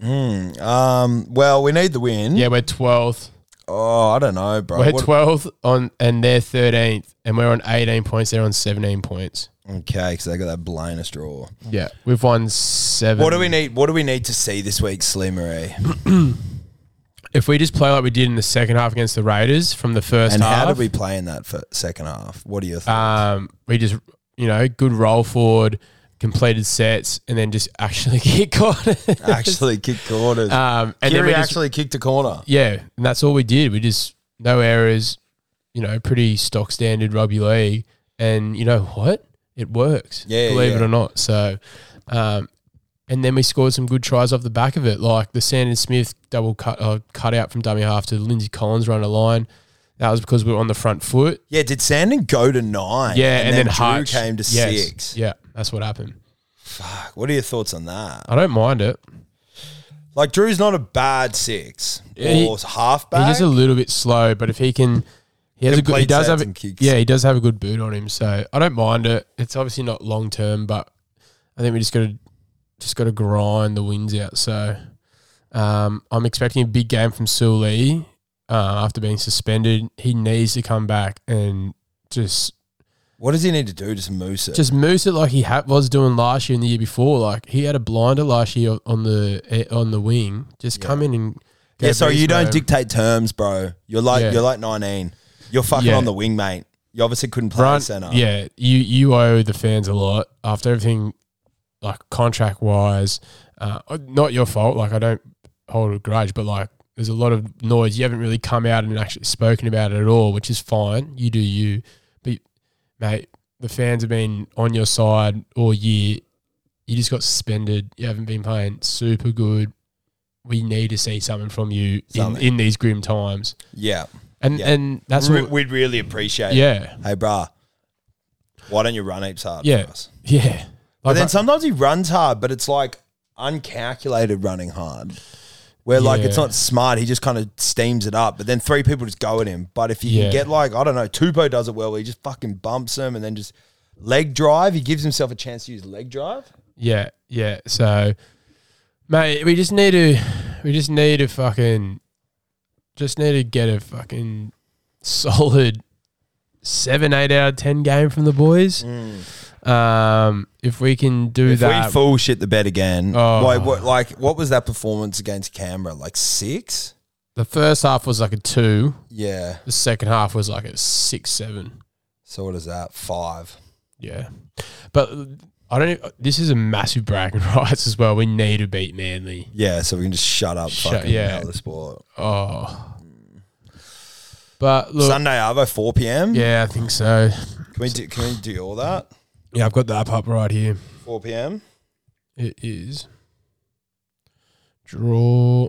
Speaker 3: Um. Well, we need the win.
Speaker 2: Yeah, we're twelfth.
Speaker 3: Oh, I don't know, bro.
Speaker 2: We're
Speaker 3: What-
Speaker 2: twelfth on, and they're thirteenth, and we're on eighteen points. They're on seventeen points.
Speaker 3: okay, because they got that blindest draw.
Speaker 2: Yeah, we've won seven.
Speaker 3: What do we need? What do we need to see this week, Slimmery?
Speaker 2: If we just play like we did in the second half against the Raiders from the first
Speaker 3: And
Speaker 2: half,
Speaker 3: how did we play in that for second half? What do you think?
Speaker 2: um, we just you know good roll forward, completed sets, and then just actually get caught.
Speaker 3: actually, kick corners.
Speaker 2: um, and then
Speaker 3: Kiri
Speaker 2: we just
Speaker 3: actually kicked a corner.
Speaker 2: yeah, and that's all we did. We just no errors, you know, pretty stock standard rugby league. And you know what? It works.
Speaker 3: Yeah,
Speaker 2: believe it
Speaker 3: yeah.
Speaker 2: or not. So, um, and then we scored some good tries off the back of it, like the Sandon Smith double cut uh, cut out from dummy half to Lindsay Collins run a line. That was because we were on the front foot.
Speaker 3: Yeah, did Sandon go to nine?
Speaker 2: Yeah, and, then,
Speaker 3: Drew
Speaker 2: Hutch
Speaker 3: came to
Speaker 2: Yes.
Speaker 3: six.
Speaker 2: Yeah, that's what happened.
Speaker 3: What are your thoughts on that?
Speaker 2: I don't mind it.
Speaker 3: Like Drew's not a bad six
Speaker 2: Yeah, he-
Speaker 3: or half back.
Speaker 2: He's just a little bit slow, but if he can, he has a good. He
Speaker 3: Complete
Speaker 2: does
Speaker 3: sets
Speaker 2: have, a-
Speaker 3: and kicks.
Speaker 2: yeah, he does have a good boot on him. So I don't mind it. It's obviously not long term, but I think we just got to just got to grind the wins out. So um, I'm expecting a big game from Suli uh, after being suspended. He needs to come back and just
Speaker 3: what does he need to do? Just moose it.
Speaker 2: just moose it like he ha- was doing last year and the year before. Like he had a blinder last year on the eh, on the wing. Just come in and go
Speaker 3: yeah, so you don't
Speaker 2: Brisbane.
Speaker 3: dictate terms, bro. You're like
Speaker 2: Yeah.
Speaker 3: you're like nineteen. You're fucking
Speaker 2: Yeah.
Speaker 3: on the wing, mate. You obviously couldn't play
Speaker 2: Brunt,
Speaker 3: center.
Speaker 2: Yeah, you you owe the fans a lot after everything, like contract wise. Uh, not your fault. Like I don't hold a grudge, but like there's a lot of noise. You haven't really come out and actually spoken about it at all, which is fine. You do you, but mate, the fans have been on your side all year. You just got suspended. You haven't been playing super good. We need to see something from you in,
Speaker 3: Something.
Speaker 2: in these grim times,
Speaker 3: yeah.
Speaker 2: and
Speaker 3: Yeah.
Speaker 2: and that's
Speaker 3: Re-
Speaker 2: what.
Speaker 3: we'd really appreciate. it.
Speaker 2: Yeah,
Speaker 3: Hey, bruh, why don't you run heaps hard?
Speaker 2: Yeah.
Speaker 3: For us?
Speaker 2: yeah.
Speaker 3: But
Speaker 2: Like,
Speaker 3: then sometimes he runs hard, but it's like uncalculated running hard. Where like it's
Speaker 2: Yeah.
Speaker 3: not smart, he just kind of steams it up. But then three people just go at him. But if you
Speaker 2: Yeah.
Speaker 3: can get like I don't know, Tupo does it well. Where he just fucking bumps him and then just leg drive. He gives himself a chance to use leg drive.
Speaker 2: Yeah, yeah. So, mate, we just need to, we just need to fucking, just need to get a fucking solid seven, eight out of ten game from the boys. Um, if we can do
Speaker 3: Mm. If
Speaker 2: that,
Speaker 3: we full shit the bed again,
Speaker 2: Oh.
Speaker 3: why, what, like what was that performance against Canberra? Like six?
Speaker 2: the first half was like a two,
Speaker 3: Yeah.
Speaker 2: the second half was like a six, seven.
Speaker 3: So what is that? Five.
Speaker 2: Yeah, but I don't. This is a massive bragging rights as well. We need to beat Manly.
Speaker 3: Yeah. So we can just shut up.
Speaker 2: Shut-
Speaker 3: fucking
Speaker 2: yeah.
Speaker 3: yeah. The sport.
Speaker 2: Oh,
Speaker 3: Mm.
Speaker 2: but look,
Speaker 3: Sunday Arvo, four p.m.
Speaker 2: yeah, I think so.
Speaker 3: Can we do, can we do all that?
Speaker 2: Yeah, I've got that up right here.
Speaker 3: Four p.m.
Speaker 2: It is draw.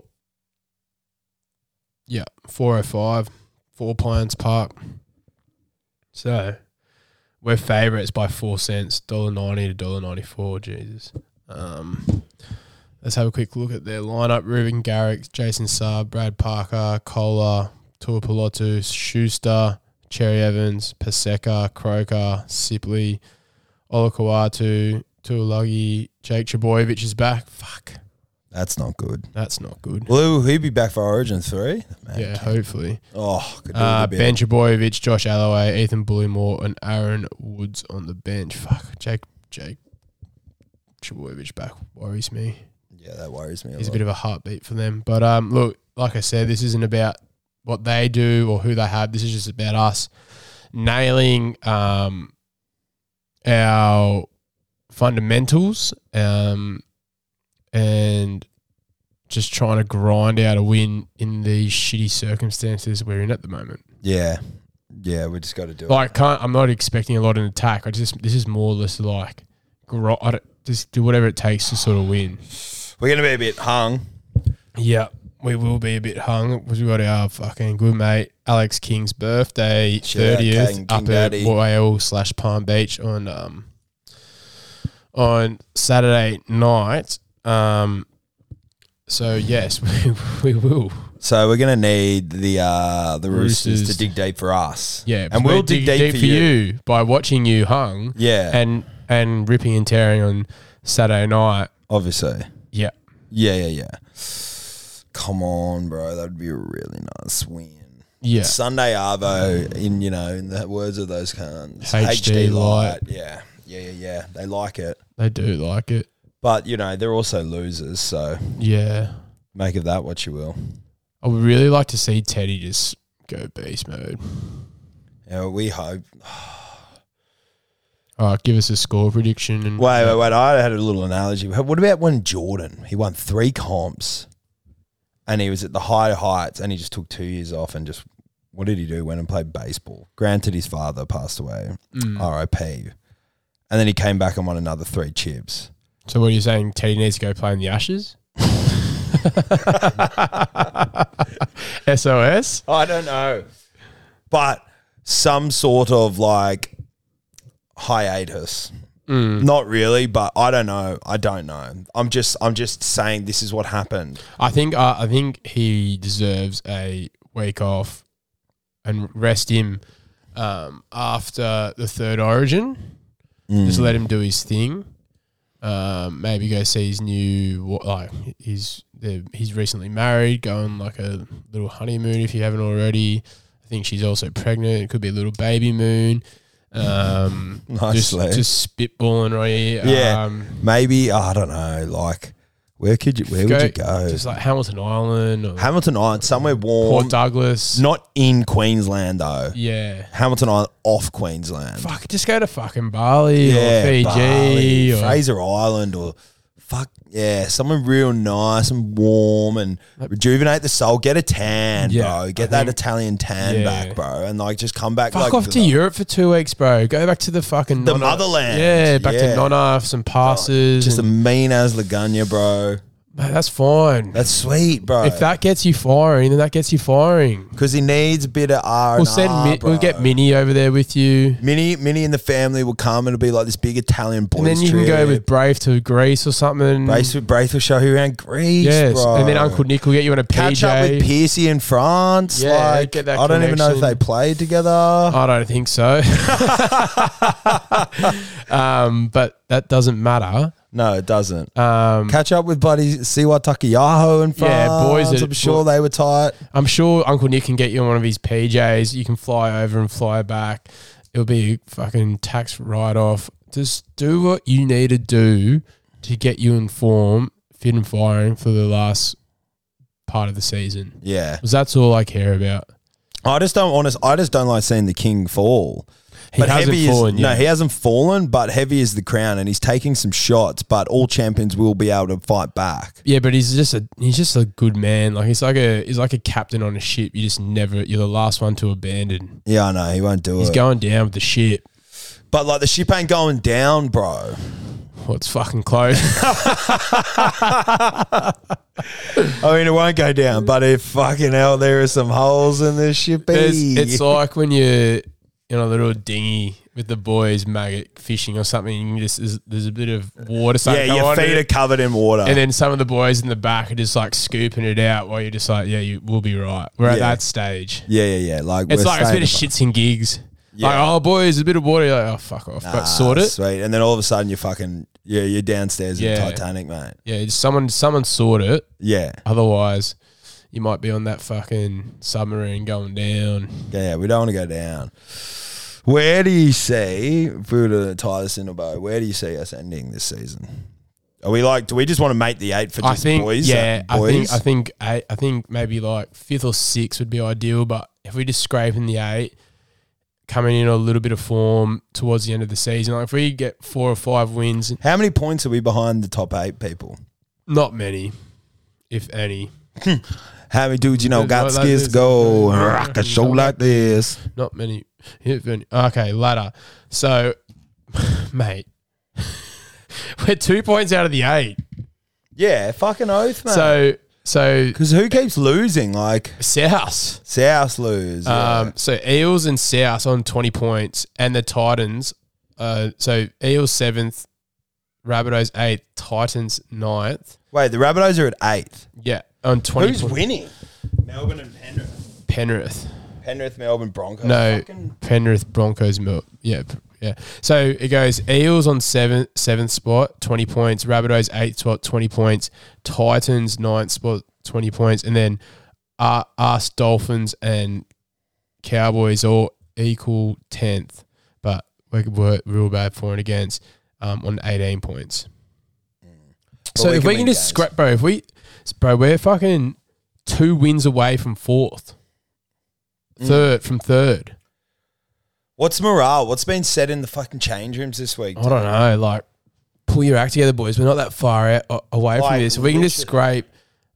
Speaker 2: Yeah, 405, Four Pines Park. So we're favourites by four cents, dollar ninety to dollar ninety four. Jesus. Um, let's have a quick look at their lineup: Ruben Garrick, Jason Saab, Brad Parker, Kohler, Tua Pilotu, Schuster, Cherry Evans, Paseka, Croker, Sipley, Olakawatu, Tuolagi, Jake Trebojevic is back. Fuck,
Speaker 3: That's not good.
Speaker 2: that's not good.
Speaker 3: Will he be back for Origin 3? Man.
Speaker 2: Yeah, hopefully.
Speaker 3: Oh, could do with
Speaker 2: Uh,
Speaker 3: a bit.
Speaker 2: ben Trebojevic, Josh Alloway, Ethan Bullimore, and Aaron Woods on the bench. Fuck, Jake Jake Trebojevic back worries me.
Speaker 3: Yeah, that worries me a
Speaker 2: He's a
Speaker 3: lot.
Speaker 2: bit of a heartbeat for them. But um, look, like I said, this isn't about what they do or who they have. This is just about us nailing um, our fundamentals um, and just trying to grind out a win in these shitty circumstances we're in at the moment.
Speaker 3: yeah. Yeah, we just got to do
Speaker 2: Like, can't, I'm not expecting a lot in attack. I just this is more or less like, gro- I don't- just do whatever it takes to sort of win.
Speaker 3: it. We're going to be a bit hung.
Speaker 2: Yeah, we will be a bit hung because we got our fucking good mate Alex King's birthday
Speaker 3: Shout out
Speaker 2: thirtieth
Speaker 3: King, King
Speaker 2: up at
Speaker 3: Daddy.
Speaker 2: Waial slash Palm Beach on um on Saturday night. Um, so yes, we, we will.
Speaker 3: So we're going to need the uh, the Roosters,
Speaker 2: Roosters.
Speaker 3: to dig deep for us.
Speaker 2: Yeah,
Speaker 3: and we'll dig deep, for you.
Speaker 2: by watching you hung.
Speaker 3: Yeah.
Speaker 2: and and ripping and tearing on Saturday night.
Speaker 3: Obviously.
Speaker 2: Yeah,
Speaker 3: Yeah, yeah, yeah. Come on, bro. That would be a really nice win.
Speaker 2: yeah.
Speaker 3: Sunday Arvo, in you know, in the words of those cunts,
Speaker 2: HD light.
Speaker 3: Yeah, yeah, yeah, yeah. They like it,
Speaker 2: They do like it.
Speaker 3: but you know they're also losers. So
Speaker 2: Yeah,
Speaker 3: make of that what you will.
Speaker 2: I would really like to see Teddy just go beast mode.
Speaker 3: Yeah, we hope.
Speaker 2: All right, give us a score prediction and
Speaker 3: Wait, wait, wait. I had a little analogy. What about when Jordan? He won three comps, and he was at the high heights, and he just took two years off, and just what did he do? Went and played baseball. Granted, his father passed away, R.I.P. And then he came back and won another three chips.
Speaker 2: So what are you saying? Teddy needs to go play in the Ashes. SOS.
Speaker 3: I don't know. But some sort of like hiatus. Not really, but I don't know. I don't know. I'm just I'm just saying this is what happened.
Speaker 2: I think uh, I think he deserves a week off and rest him um, after the third Origin. Just
Speaker 3: Mm.
Speaker 2: let him do his thing. Um, maybe go see his new wa- like he's they're- he's recently married. Go on like a little honeymoon if you haven't already. I think she's also pregnant. It could be a little baby moon. Um, just,
Speaker 3: Nicely.
Speaker 2: just spitballing right here.
Speaker 3: Yeah.
Speaker 2: Um,
Speaker 3: Maybe I don't know, like where could you where would you go?
Speaker 2: Just like Hamilton Island or
Speaker 3: Hamilton Island, somewhere warm.
Speaker 2: Port Douglas.
Speaker 3: not in Queensland though.
Speaker 2: Yeah.
Speaker 3: Hamilton Island off Queensland.
Speaker 2: Fuck, just go to fucking Bali or Fiji
Speaker 3: Bali,
Speaker 2: or
Speaker 3: Fraser Island or fuck yeah, somewhere real nice and warm and rejuvenate the soul. Get a tan,
Speaker 2: Yeah,
Speaker 3: bro. Get
Speaker 2: I
Speaker 3: that
Speaker 2: think-
Speaker 3: Italian tan
Speaker 2: Yeah.
Speaker 3: back, bro, and like just come back.
Speaker 2: fuck
Speaker 3: like,
Speaker 2: off to Europe for two weeks, bro. Go back to the fucking
Speaker 3: The motherland.
Speaker 2: Yeah, back
Speaker 3: Yeah.
Speaker 2: to Nonna for some passes.
Speaker 3: Just a
Speaker 2: and-
Speaker 3: mean as Laguna, bro.
Speaker 2: Mate, that's fine.
Speaker 3: That's sweet, bro.
Speaker 2: if that gets you firing, then that gets you firing.
Speaker 3: Because he needs a bit of R.
Speaker 2: We'll send. Mi- we'll get Minnie over there with you,
Speaker 3: Minnie. Minnie and the family will come. It'll be like this big Italian boys
Speaker 2: and then you
Speaker 3: trip.
Speaker 2: can go with Brave to Greece or something.
Speaker 3: Braithwaite. Braithwaite will show you around Greece,
Speaker 2: yes,
Speaker 3: bro.
Speaker 2: and then Uncle Nick will get you on a
Speaker 3: catch
Speaker 2: PJ.
Speaker 3: up with Piercy in France.
Speaker 2: Yeah,
Speaker 3: like,
Speaker 2: get that
Speaker 3: I don't even know if
Speaker 2: connection.
Speaker 3: they played together.
Speaker 2: I don't think so. um, but that doesn't matter.
Speaker 3: No, it doesn't.
Speaker 2: Um,
Speaker 3: Catch up with buddy Siwa Takiyaho in France.
Speaker 2: Yeah, boys are-
Speaker 3: I'm sure they were tight.
Speaker 2: I'm sure Uncle Nick can get you on one of his PJs. You can fly over and fly back. It'll be a fucking tax write off. Just do what you need to do to get you in form, fit and firing for the last part of the season.
Speaker 3: Yeah,
Speaker 2: 'Cause that's all I care about.
Speaker 3: I just don't honest. I just don't like seeing the king fall.
Speaker 2: He hasn't
Speaker 3: heavy
Speaker 2: fallen
Speaker 3: is,
Speaker 2: yet.
Speaker 3: No, he hasn't fallen, but heavy is the crown, and he's taking some shots. But all champions will be able to fight back.
Speaker 2: Yeah, but he's just a he's just a good man. Like he's like a he's like a captain on a ship. You just never you're the last one to abandon.
Speaker 3: Yeah, I know he won't do
Speaker 2: He's
Speaker 3: it.
Speaker 2: going down with the ship.
Speaker 3: but like the ship ain't going down, bro.
Speaker 2: Well, it's fucking close.
Speaker 3: I mean, it won't go down, but if fucking hell, there are some holes in this eh? shippy.
Speaker 2: There's- it's like when you're in a little dinghy with the boys maggot fishing or something. You just there's, there's a bit of water. starting
Speaker 3: yeah,
Speaker 2: to go
Speaker 3: your
Speaker 2: on
Speaker 3: feet
Speaker 2: it,
Speaker 3: are covered in water.
Speaker 2: and then some of the boys in the back are just like scooping it out while you're just like, yeah, you we'll be right. We're at
Speaker 3: Yeah.
Speaker 2: that stage.
Speaker 3: yeah, yeah, yeah. Like
Speaker 2: It's
Speaker 3: we're
Speaker 2: like it's a
Speaker 3: staying
Speaker 2: bit of
Speaker 3: above.
Speaker 2: shits and gigs. Like, oh, boys, a bit of water. You're like, oh, fuck off. but sort
Speaker 3: Ah,
Speaker 2: it.
Speaker 3: Sweet. And then all of a sudden you're fucking, yeah, you're downstairs in
Speaker 2: Yeah.
Speaker 3: Titanic, mate.
Speaker 2: Yeah, it's someone, someone sort it.
Speaker 3: Yeah.
Speaker 2: Otherwise, you might be on that fucking submarine going down.
Speaker 3: Yeah, we don't want to go down. Where do you see, if we were to tie this in a bow, where do you see us ending this season? Are we like, do we just want to make the eight for
Speaker 2: I
Speaker 3: just
Speaker 2: think,
Speaker 3: boys?
Speaker 2: yeah,
Speaker 3: uh, boys?
Speaker 2: I think, I think, eight, I think maybe like fifth or sixth would be ideal. But if we just scrape in the eight, coming in a little bit of form towards the end of the season, like if we get four or five wins,
Speaker 3: How many points are we behind the top eight people?
Speaker 2: not many, if any,
Speaker 3: How many dudes you know
Speaker 2: Dudes
Speaker 3: got
Speaker 2: like that,
Speaker 3: skills
Speaker 2: dudes
Speaker 3: go
Speaker 2: like that.
Speaker 3: rock a show like this?
Speaker 2: not many, if any. Okay, ladder. So, mate, we're two points out of the eight.
Speaker 3: Yeah, fucking oath, mate.
Speaker 2: So, so
Speaker 3: because who keeps losing? Like
Speaker 2: South.
Speaker 3: South lose. yeah.
Speaker 2: Um, so Eels and South on twenty points, and the Titans. Uh, so Eels seventh, Rabbitohs eighth, Titans ninth.
Speaker 3: Wait, the Rabbitohs are at eighth.
Speaker 2: Yeah, on twenty.
Speaker 3: Who's
Speaker 2: points.
Speaker 3: winning? Melbourne and Penrith.
Speaker 2: Penrith.
Speaker 3: Penrith, Melbourne Broncos.
Speaker 2: No,
Speaker 3: Fucking-
Speaker 2: Penrith Broncos. Mil- yeah, p- yeah. So it goes Eels on seventh seventh spot, twenty points. Rabbitohs eighth spot, twenty points. Titans ninth spot, twenty points, and then uh, us Dolphins and Cowboys all equal tenth, but we were real bad for and against um, on eighteen points. So
Speaker 3: But
Speaker 2: if we
Speaker 3: win
Speaker 2: can just
Speaker 3: games.
Speaker 2: scrap, bro. If we, bro, we're fucking two wins away from fourth,
Speaker 3: Mm.
Speaker 2: third from third.
Speaker 3: What's morale? What's been said in the fucking change rooms this week?
Speaker 2: I don't know. Like, pull your act together, boys. We're not that far out, a- away
Speaker 3: Like,
Speaker 2: from this. If we can just
Speaker 3: literally.
Speaker 2: scrape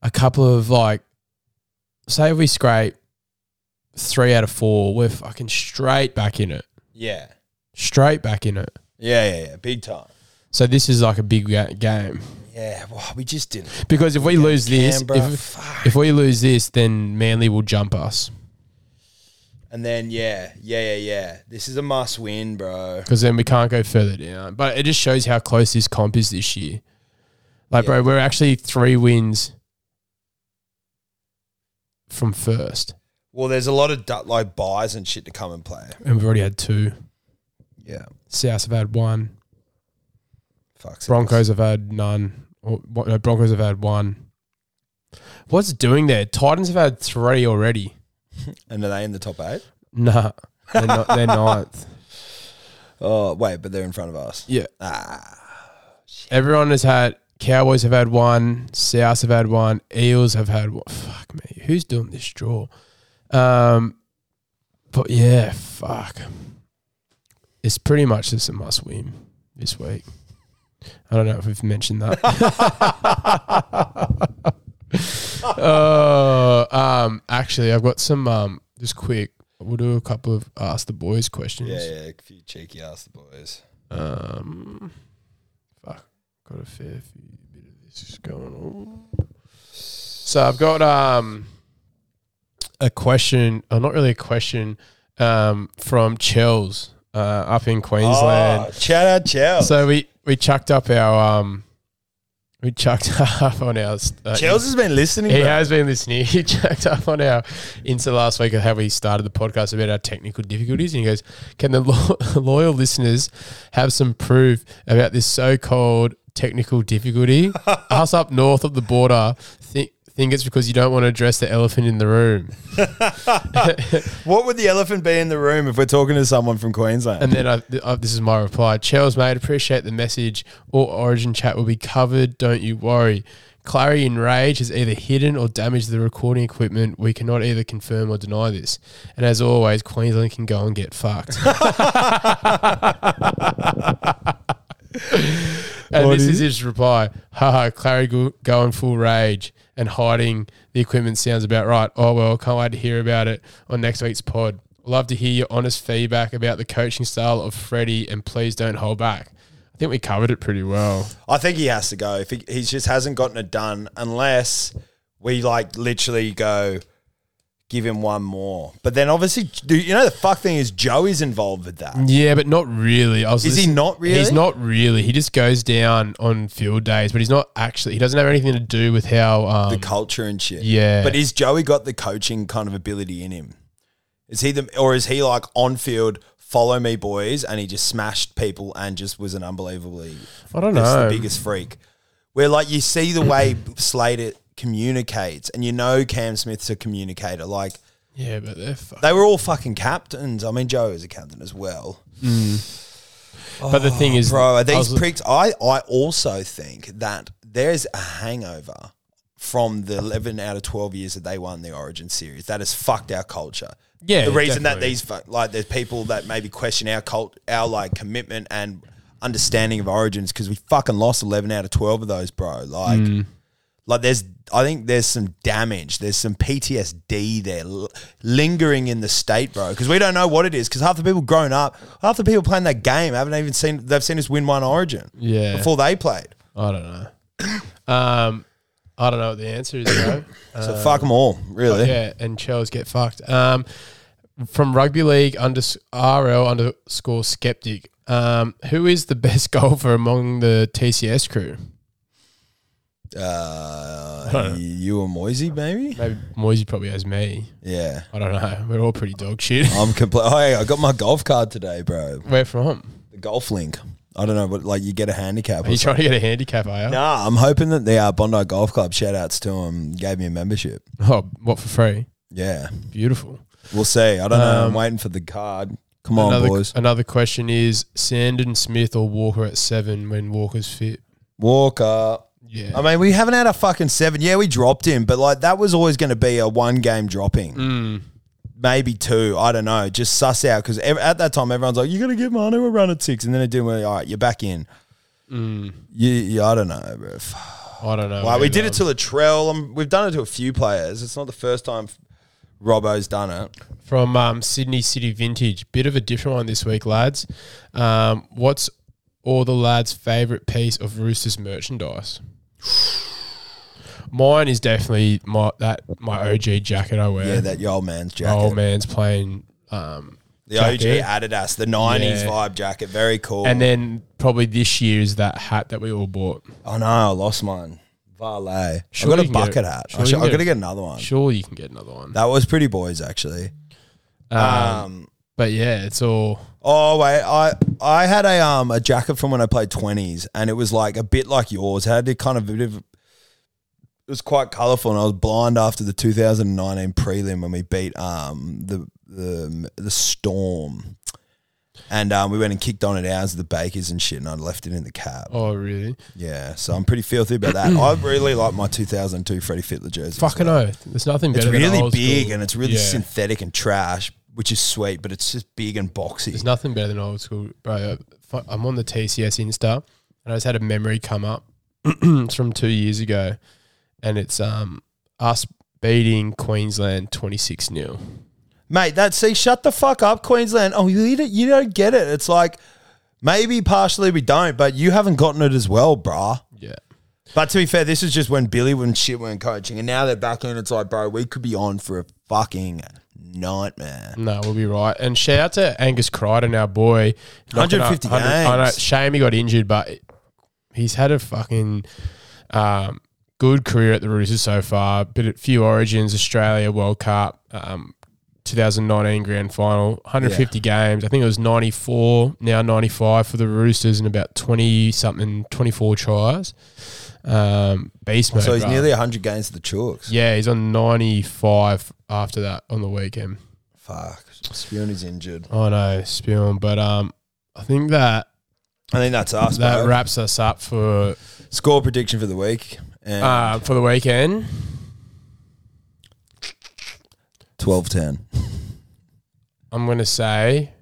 Speaker 2: a couple of like, say if we scrape three out of four, we're fucking straight back in it.
Speaker 3: Yeah.
Speaker 2: Straight back in it.
Speaker 3: Yeah, yeah, yeah. Big time.
Speaker 2: So this is like a big ga- game
Speaker 3: Yeah, well, we just didn't.
Speaker 2: because if we lose this,
Speaker 3: Canberra, fuck.
Speaker 2: if, if we lose this, then Manly will jump us
Speaker 3: And then, yeah, yeah, yeah, yeah. This is a must win, bro.
Speaker 2: because then we can't go further down. But it just shows how close this comp is this year. Like, bro, we're actually three wins from first.
Speaker 3: Well, there's a lot of du- like buys and shit to come and play.
Speaker 2: and we've already had two.
Speaker 3: Yeah.
Speaker 2: South have had one.
Speaker 3: Fuck.
Speaker 2: Broncos have had none. Or, what- no, Broncos have had one. What's it doing there? Titans have had three already.
Speaker 3: And are they in the top eight?
Speaker 2: Nah, they're, not, they're ninth.
Speaker 3: Oh, wait, but they're in front of us.
Speaker 2: Yeah. Ah, Everyone has had. Cowboys have had one. South have had one. Eels have had one. Fuck me. Who's doing this draw? Um, but yeah, fuck. It's pretty much just a must win this week. I don't know if we've mentioned that. Oh, um, actually, I've got some. Um, just quick, we'll do a couple of ask the boys questions.
Speaker 3: Yeah, yeah. A few cheeky ass the boys.
Speaker 2: Um, fuck, got a fair few bit of this going on. So I've got um a question, uh, not really a question, um from Chels uh, up in Queensland.
Speaker 3: Oh, shout out, Chels.
Speaker 2: So we we chucked up our um we chucked up on our uh,
Speaker 3: Chels has been listening.
Speaker 2: he
Speaker 3: bro.
Speaker 2: has been listening. He checked up on our Insta last week of how we started the podcast about our technical difficulties. And he goes, Can the lo- loyal listeners have some proof about this so called technical difficulty? Us up north of the border think, think it's because you don't want to address the elephant in the room.
Speaker 3: What would the elephant be in the room if we're talking to someone from Queensland?
Speaker 2: And then I, th- I, this is my reply. Chels, mate, appreciate the message. All Origin chat will be covered. Don't you worry. Clary in rage has either hidden or damaged the recording equipment. We cannot either confirm or deny this. And as always, Queensland can go and get fucked. and this is his reply. Haha, Clary go- going full rage and hiding the equipment sounds about right. Oh, well, can't wait to hear about it on next week's pod. Love to hear your honest feedback about the coaching style of Freddie and please don't hold back. I think we covered it pretty well.
Speaker 3: I think he has to go. If he, he just hasn't gotten it done, unless we like literally go give him one more. But then obviously, do you know the fuck thing is Joey's involved with that.
Speaker 2: Yeah, but not really. I was
Speaker 3: Is he
Speaker 2: listening-
Speaker 3: not really?
Speaker 2: He's not really. He just goes down on field days, but he's not actually. He doesn't have anything to do with how. Um,
Speaker 3: The culture and shit.
Speaker 2: Yeah.
Speaker 3: But is Joey got the coaching kind of ability in him? Is he the or is he like on field? Follow me, boys, and he just smashed people and just was an unbelievably.
Speaker 2: I don't
Speaker 3: just
Speaker 2: know.
Speaker 3: the biggest freak. Where like you see the way Slater communicates, and you know Cam Smith's a communicator. Like
Speaker 2: Yeah, but they're fuck.
Speaker 3: they were all fucking captains. I mean, Joe is a captain as well.
Speaker 2: but the thing is,
Speaker 3: Oh, Bro, are
Speaker 2: I
Speaker 3: these
Speaker 2: was-
Speaker 3: pricks? I, I also think that there's a hangover from the 11 out of 12 years that they won the Origin Series. That has fucked our culture.
Speaker 2: Yeah,
Speaker 3: The reason that
Speaker 2: definitely.
Speaker 3: these, fu- like, there's people that maybe question our cult, our, like, commitment and understanding of Origins because we fucking lost 11 out of 12 of those, bro.
Speaker 2: Mm.
Speaker 3: Like, like there's I think there's some damage. There's some PTSD there l- lingering in the state, bro, because we don't know what it is. Because half the people grown up, half the people playing that game haven't even seen. They've seen us win one Origin,
Speaker 2: Yeah.
Speaker 3: before they played.
Speaker 2: I don't know. Um, I don't know what the answer is though.
Speaker 3: So fuck them all, really.
Speaker 2: yeah, and Chels get fucked. Um, from rugby league under RL underscore skeptic. Um, who is the best golfer among the TCS crew?
Speaker 3: Uh, you or Moisey, maybe?
Speaker 2: Maybe Moisey probably has me.
Speaker 3: Yeah,
Speaker 2: I don't know. We're all pretty dog shit.
Speaker 3: I'm complete. Hey, I got my golf card today, bro.
Speaker 2: Where from?
Speaker 3: The golf link. I don't know, but like you get a handicap.
Speaker 2: Are
Speaker 3: Or
Speaker 2: you
Speaker 3: something.
Speaker 2: trying to get a handicap? Are you?
Speaker 3: Nah, I'm hoping that the uh, Bondi Golf Club shout outs to them gave me a membership.
Speaker 2: Oh, what for free?
Speaker 3: Yeah,
Speaker 2: Beautiful.
Speaker 3: we'll see. I don't know. I'm waiting for the card. Come on,
Speaker 2: Um, another,
Speaker 3: boys.
Speaker 2: another question is Sandon Smith or Walker at seven when Walker's fit?
Speaker 3: Walker.
Speaker 2: Yeah.
Speaker 3: I mean, we haven't had a fucking seven. Yeah, we dropped him, but like that was always going to be a one game dropping.
Speaker 2: Hmm.
Speaker 3: Maybe two. I don't know. Just suss out because at that time, everyone's like, you're going to give Manu a run at six. And then it did. Well, all right, you're back in.
Speaker 2: Hmm.
Speaker 3: You, you, I don't know, bro. Fuck.
Speaker 2: I don't know.
Speaker 3: Like, we
Speaker 2: either.
Speaker 3: did it to Latrell. Um, we've done it to a few players. It's not the first time Robbo's done it.
Speaker 2: from um, Sydney City Vintage. Bit of a different one this week, lads. Um, what's all the lads' favourite piece of Roosters merchandise? Mine is definitely my that my OG jacket I wear.
Speaker 3: Yeah, that your old man's
Speaker 2: My
Speaker 3: jacket.
Speaker 2: old man's playing. Um,
Speaker 3: the
Speaker 2: jacket.
Speaker 3: OG Adidas, the 90s
Speaker 2: Yeah.
Speaker 3: vibe jacket. Very cool.
Speaker 2: and then probably this year is that hat that we all bought.
Speaker 3: Oh no, I lost mine. Valet.
Speaker 2: Sure
Speaker 3: I
Speaker 2: you
Speaker 3: got a
Speaker 2: can get
Speaker 3: bucket
Speaker 2: it.
Speaker 3: hat.
Speaker 2: Sure
Speaker 3: I
Speaker 2: you
Speaker 3: should,
Speaker 2: can
Speaker 3: I'm
Speaker 2: get
Speaker 3: gonna
Speaker 2: it.
Speaker 3: get another one.
Speaker 2: Sure, you can get another one.
Speaker 3: That was pretty boys actually.
Speaker 2: Uh,
Speaker 3: Um,
Speaker 2: But yeah, it's all.
Speaker 3: oh wait, I I had a um a jacket from when I played twenties, and it was like a bit like yours. It had a kind of bit of. It was quite colourful, and I was blind after the 2019 prelim when we beat um the the the storm, and um, we went and kicked on at ours at the bakers and shit, and I left it in the cab.
Speaker 2: Oh really?
Speaker 3: Yeah, so I'm pretty filthy about that. I really like my 2002 Freddie Fittler jersey. as
Speaker 2: Fucking oh, there's nothing
Speaker 3: It's
Speaker 2: better. than
Speaker 3: really
Speaker 2: old
Speaker 3: big
Speaker 2: school.
Speaker 3: and it's really
Speaker 2: Yeah.
Speaker 3: synthetic and trash, which is sweet, but it's just big and boxy.
Speaker 2: There's nothing better than old school, bro. uh, Fu- I'm on the TCS Insta, and I just had a memory come up. it's from two years ago, and it's um us beating Queensland 26 0
Speaker 3: Mate, that see, shut the fuck up, Queensland. Oh, you don't, you don't get it. It's like maybe partially we don't, but you haven't gotten it as well, brah.
Speaker 2: Yeah,
Speaker 3: But to be fair, this is just when Billy and shit weren't coaching, and now they're back in. It's like, bro, we could be on for a fucking nightmare.
Speaker 2: no, we'll be right. And shout out to Angus Crichton, our boy. Knocking up
Speaker 3: 150
Speaker 2: I know,
Speaker 3: games.
Speaker 2: shame he got injured, but he's had a fucking um, good career at the Roosters so far. But a few origins, Australia World Cup. Um, 2019 grand final, 150 games. I think it was 94, now 95 for the Roosters, and about 20 something, 24 tries. Um, beast mode.
Speaker 3: So he's
Speaker 2: bruh.
Speaker 3: nearly 100 games to the Chooks.
Speaker 2: yeah, he's on 95 after that on the weekend.
Speaker 3: Fuck. Spoon is injured.
Speaker 2: I know, spewing, Oh, but um, I think that
Speaker 3: I think that's us,
Speaker 2: that
Speaker 3: bro.
Speaker 2: wraps us up for
Speaker 3: Score prediction for the week. And
Speaker 2: uh, for the weekend.
Speaker 3: 12-10.
Speaker 2: I'm gonna say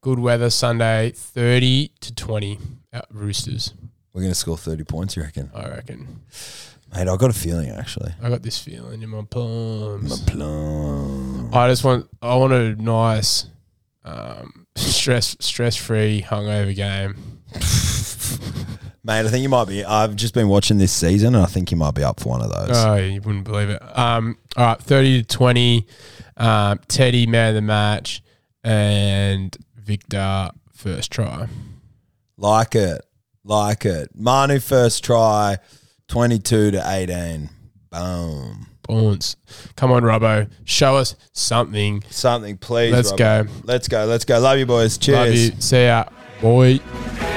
Speaker 2: good weather Sunday, 30 to 20 at Roosters.
Speaker 3: We're going to score 30 points, you reckon?
Speaker 2: I reckon.
Speaker 3: Mate, I got a feeling, actually.
Speaker 2: I got this feeling in my palms.
Speaker 3: Plum.
Speaker 2: I just want I want a nice, um, stress stress free hungover game.
Speaker 3: Mate, I think you might be. I've just been watching this season, and I think you might be up for one of those.
Speaker 2: Oh, you wouldn't believe it. Um, all right, 30 to 20. Um, Teddy, man of the match, and Victor, first try.
Speaker 3: like it, like it. Manu first try, twenty-two to eighteen. Boom.
Speaker 2: Orns. Come on, Robbo. Show us something.
Speaker 3: Something, please.
Speaker 2: Let's
Speaker 3: Rob.
Speaker 2: go.
Speaker 3: Let's go. Let's go. Love you, boys. Cheers.
Speaker 2: Love you. See ya, boy.